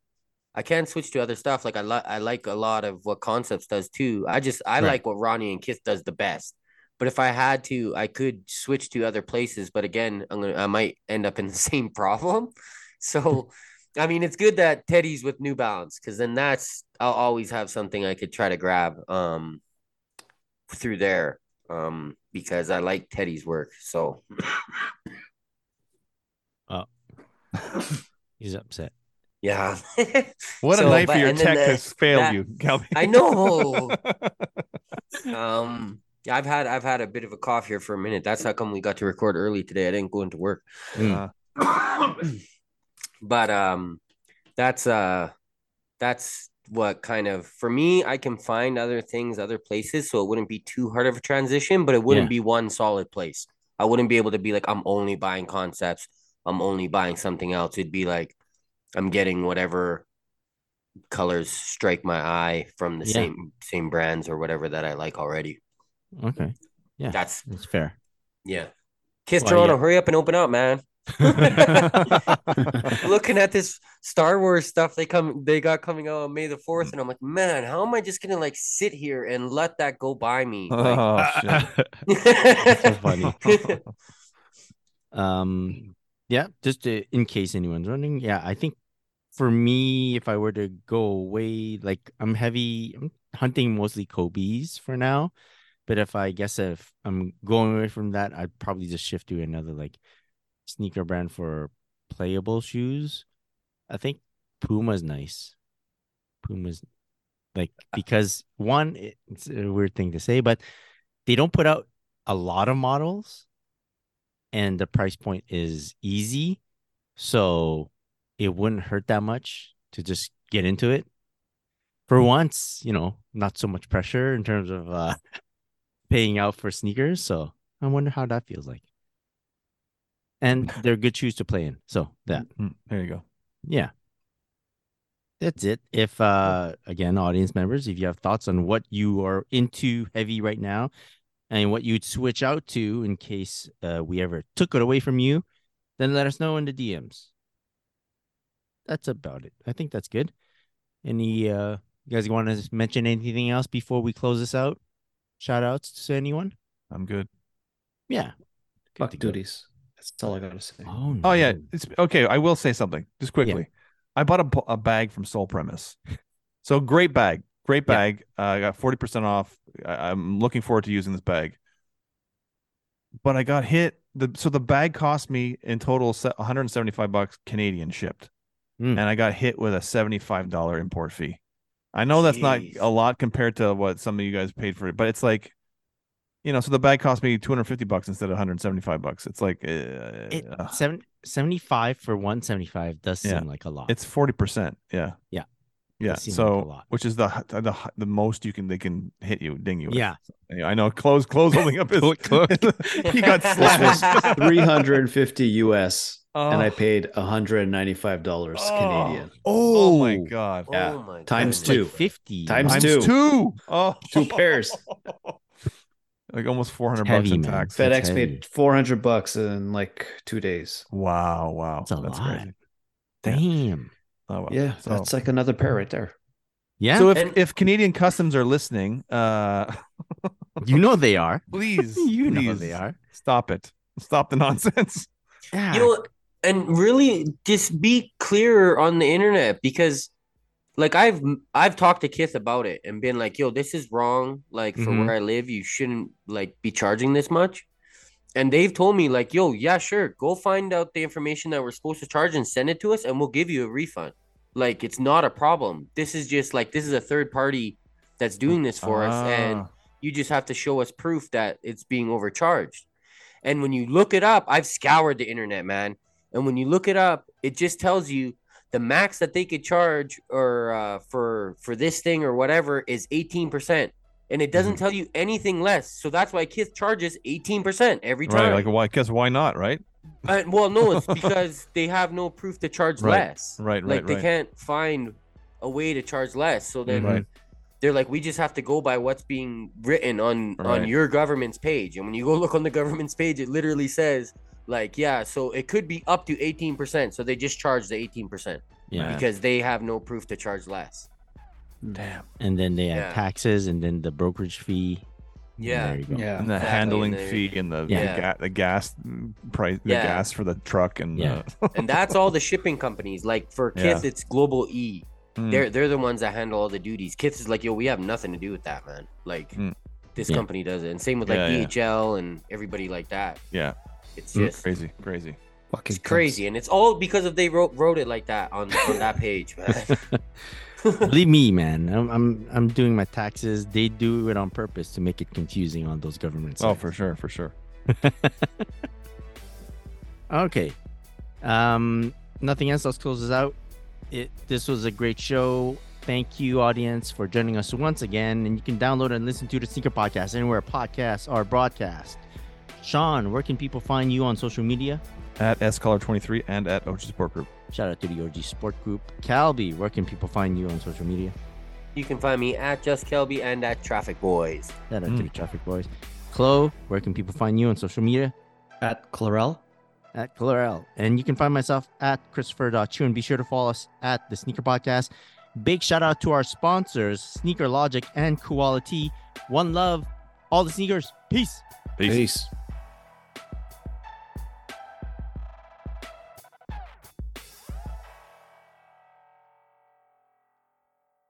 I can switch to other stuff. Like I like I like a lot of what Concepts does too. I just I
Right.
like what Ronnie and Kith does the best. But if I had to, I could switch to other places. But again, I'm gonna I might end up in the same problem. So, I mean, it's good that Teddy's with New Balance because then that's I'll always have something I could try to grab um through there um because I like Teddy's work. So
He's upset.
yeah,
What
So,
a knife
but-
for your
and then
tech
the-
has failed
that-
you, Calvin.
I know. um. I've had I've had a bit of a cough here for a minute. That's how come we got to record early today. I didn't go into work.
Uh,
but um that's uh that's what kind of for me i can find other things other places so it wouldn't be too hard of a transition but it wouldn't
Yeah.
be one solid place i wouldn't be able to be like i'm only buying concepts I'm only buying something else. It'd be like I'm getting whatever colors strike my eye from the
Yeah.
same same brands or whatever that I like already.
Okay, Yeah.
That's
that's fair.
yeah. Kiss
Well,
Toronto, hurry up and open up, man. Looking at this Star Wars stuff they come they got coming out on May the 4th and I'm like, "Man, how am I just going to like sit here and let that go by me?" Like-
Oh shit.
so funny. Um, yeah, just to, in case anyone's wondering, yeah, I think for me, if I were to go away, like I'm heavy, I'm hunting mostly Kobe's for now. But if I guess if I'm going away from that, I'd probably just shift to another like sneaker brand for playable shoes. I think Puma's nice. Puma's like because one, it's a weird thing to say, but they don't put out a lot of models and the price point is easy. So it wouldn't hurt that much to just get into it. For once, you know, not so much pressure in terms of uh paying out for sneakers. So I wonder how that feels like. And they're good shoes to play in. So that
Mm, There you go.
yeah. That's it. If uh again, audience members, if you have thoughts on what you are into heavy right now and what you'd switch out to in case uh, we ever took it away from you, then let us know in the DMs. That's about it. I think that's good. Any uh you guys want to mention anything else before we close this out? Shout outs to anyone?
I'm good.
Yeah. Good
Fuck
to go.
duties. That's all I gotta say.
Oh,
Oh yeah,
no.
it's okay. I will say something just quickly. I bought a, b- a bag from Soul Premise, so great bag, great
Yeah.
bag. Uh, I got forty percent off. I, I'm looking forward to using this bag. But I got hit. The so the bag cost me in total se- 175 bucks Canadian shipped,
Mm.
and I got hit with a 75 dollar import fee. I know that's not
Jeez.
a lot compared to what some of you guys paid for it, but it's like, you know, so the bag cost me 250 bucks instead of 175 bucks. It's like, uh,
It,
uh,
seven, 75 for 175 does
Yeah.
seem like a lot.
It's forty percent. Yeah.
Yeah.
Yeah.
That seems like a
So,
lot.
which is the h- the h- the most you can they can hit you, ding you. with.
yeah.
Yeah, I know. Close, close, holding up his.
Close, close.
he got
This
slashed.
was 350 US and I
Oh,
paid $195
Oh.
Canadian.
oh my god.
Yeah.
Oh my
Times
goodness.
two.
Like 50.
Times
Times
two.
two. Oh,
Two pairs.
like almost four hundred
It's
bucks
heavy,
in
man.
tax.
That's
FedEx
heavy.
made 400 bucks in like two days.
Wow, wow.
That's a lot.
crazy.
Damn.
Oh, wow.
Yeah,
So-
that's like another pair right there.
Yeah.
So if,
And-
if Canadian customs are listening, uh
you know they are.
please,
You know
please
they are.
Stop it. Stop the nonsense.
Yeah.
you know what? and really just be clearer on the internet because like i've i've talked to kith about it and been like yo this is wrong like for
Mhm.
where i live you shouldn't like be charging this much and they've told me like yo yeah sure go find out the information that we're supposed to charge and send it to us and we'll give you a refund like it's not a problem this is just like this is a third party that's doing this for us and
Ah,
you just have to show us proof that it's being overcharged. And when you look it up, I've scoured the internet, man. And when you look it up, it just tells you the max that they could charge or uh, for for this thing or whatever is 18%. And it
Mm-hmm.
doesn't tell you anything less. So that's why Kith charges 18% every
right.
time.
Like why? Because why not? Right.
Uh, well, no, it's because they have no proof to charge
Right,
less.
right,
Like
right,
they
right.
can't find a way to charge less. So then
Right.
they're like, we just have to go by what's being written on
Right.
on your government's page. And when you go look on the government's page, it literally says like, yeah, so it could be up to eighteen percent. So they just charge the eighteen percent
yeah.
because they have no proof to charge less.
Damn.
And then they add
Yeah.
taxes and then the brokerage fee. and
Yeah.
There you go.
Yeah.
and the
Exactly,
handling
and the-
fee and the
Yeah.
the, ga- the gas mm, price, the
Yeah.
gas for the truck and
Yeah.
the,
and that's all the shipping companies. Like for Kith, it's Global E.
Mm.
They're they're the ones that handle all the duties. Kith is like, yo, we have nothing to do with that, man. Like
Mm.
this
Yeah.
company does it, and same with like
Yeah, yeah.
DHL and everybody like that.
yeah, Hmm.
It's
Mm.
just
crazy, crazy.
Fucking
it's crazy, and it's all because of they wrote wrote it like that on on that page, man.
Believe me, man. I'm, I'm I'm doing my taxes. They do it on purpose to make it confusing on those governments.
Oh, for sure, for sure.
Okay. Um, nothing else. Let's close this out. It this was a great show. Thank you, audience, for joining us once again. And you can download and listen to the Sneaker Podcast anywhere podcasts are broadcast. Sean, where can people find you on social media?
at scollar23 and at OG Support Group.
Shout out to the OG Sport Group. Calby, where can people find you on social media?
You can find me at Just Kelby and at Traffic Boys.
Shout out
Mm.
to the Traffic Boys. Chloe, where can people find you on social media?
At Clarel,
At Clarel. And you can find myself at Christopher.chu and be sure to follow us at the Sneaker Podcast. Big shout out to our sponsors, Sneaker Logic and Quality. One love, all the sneakers. Peace.
peace.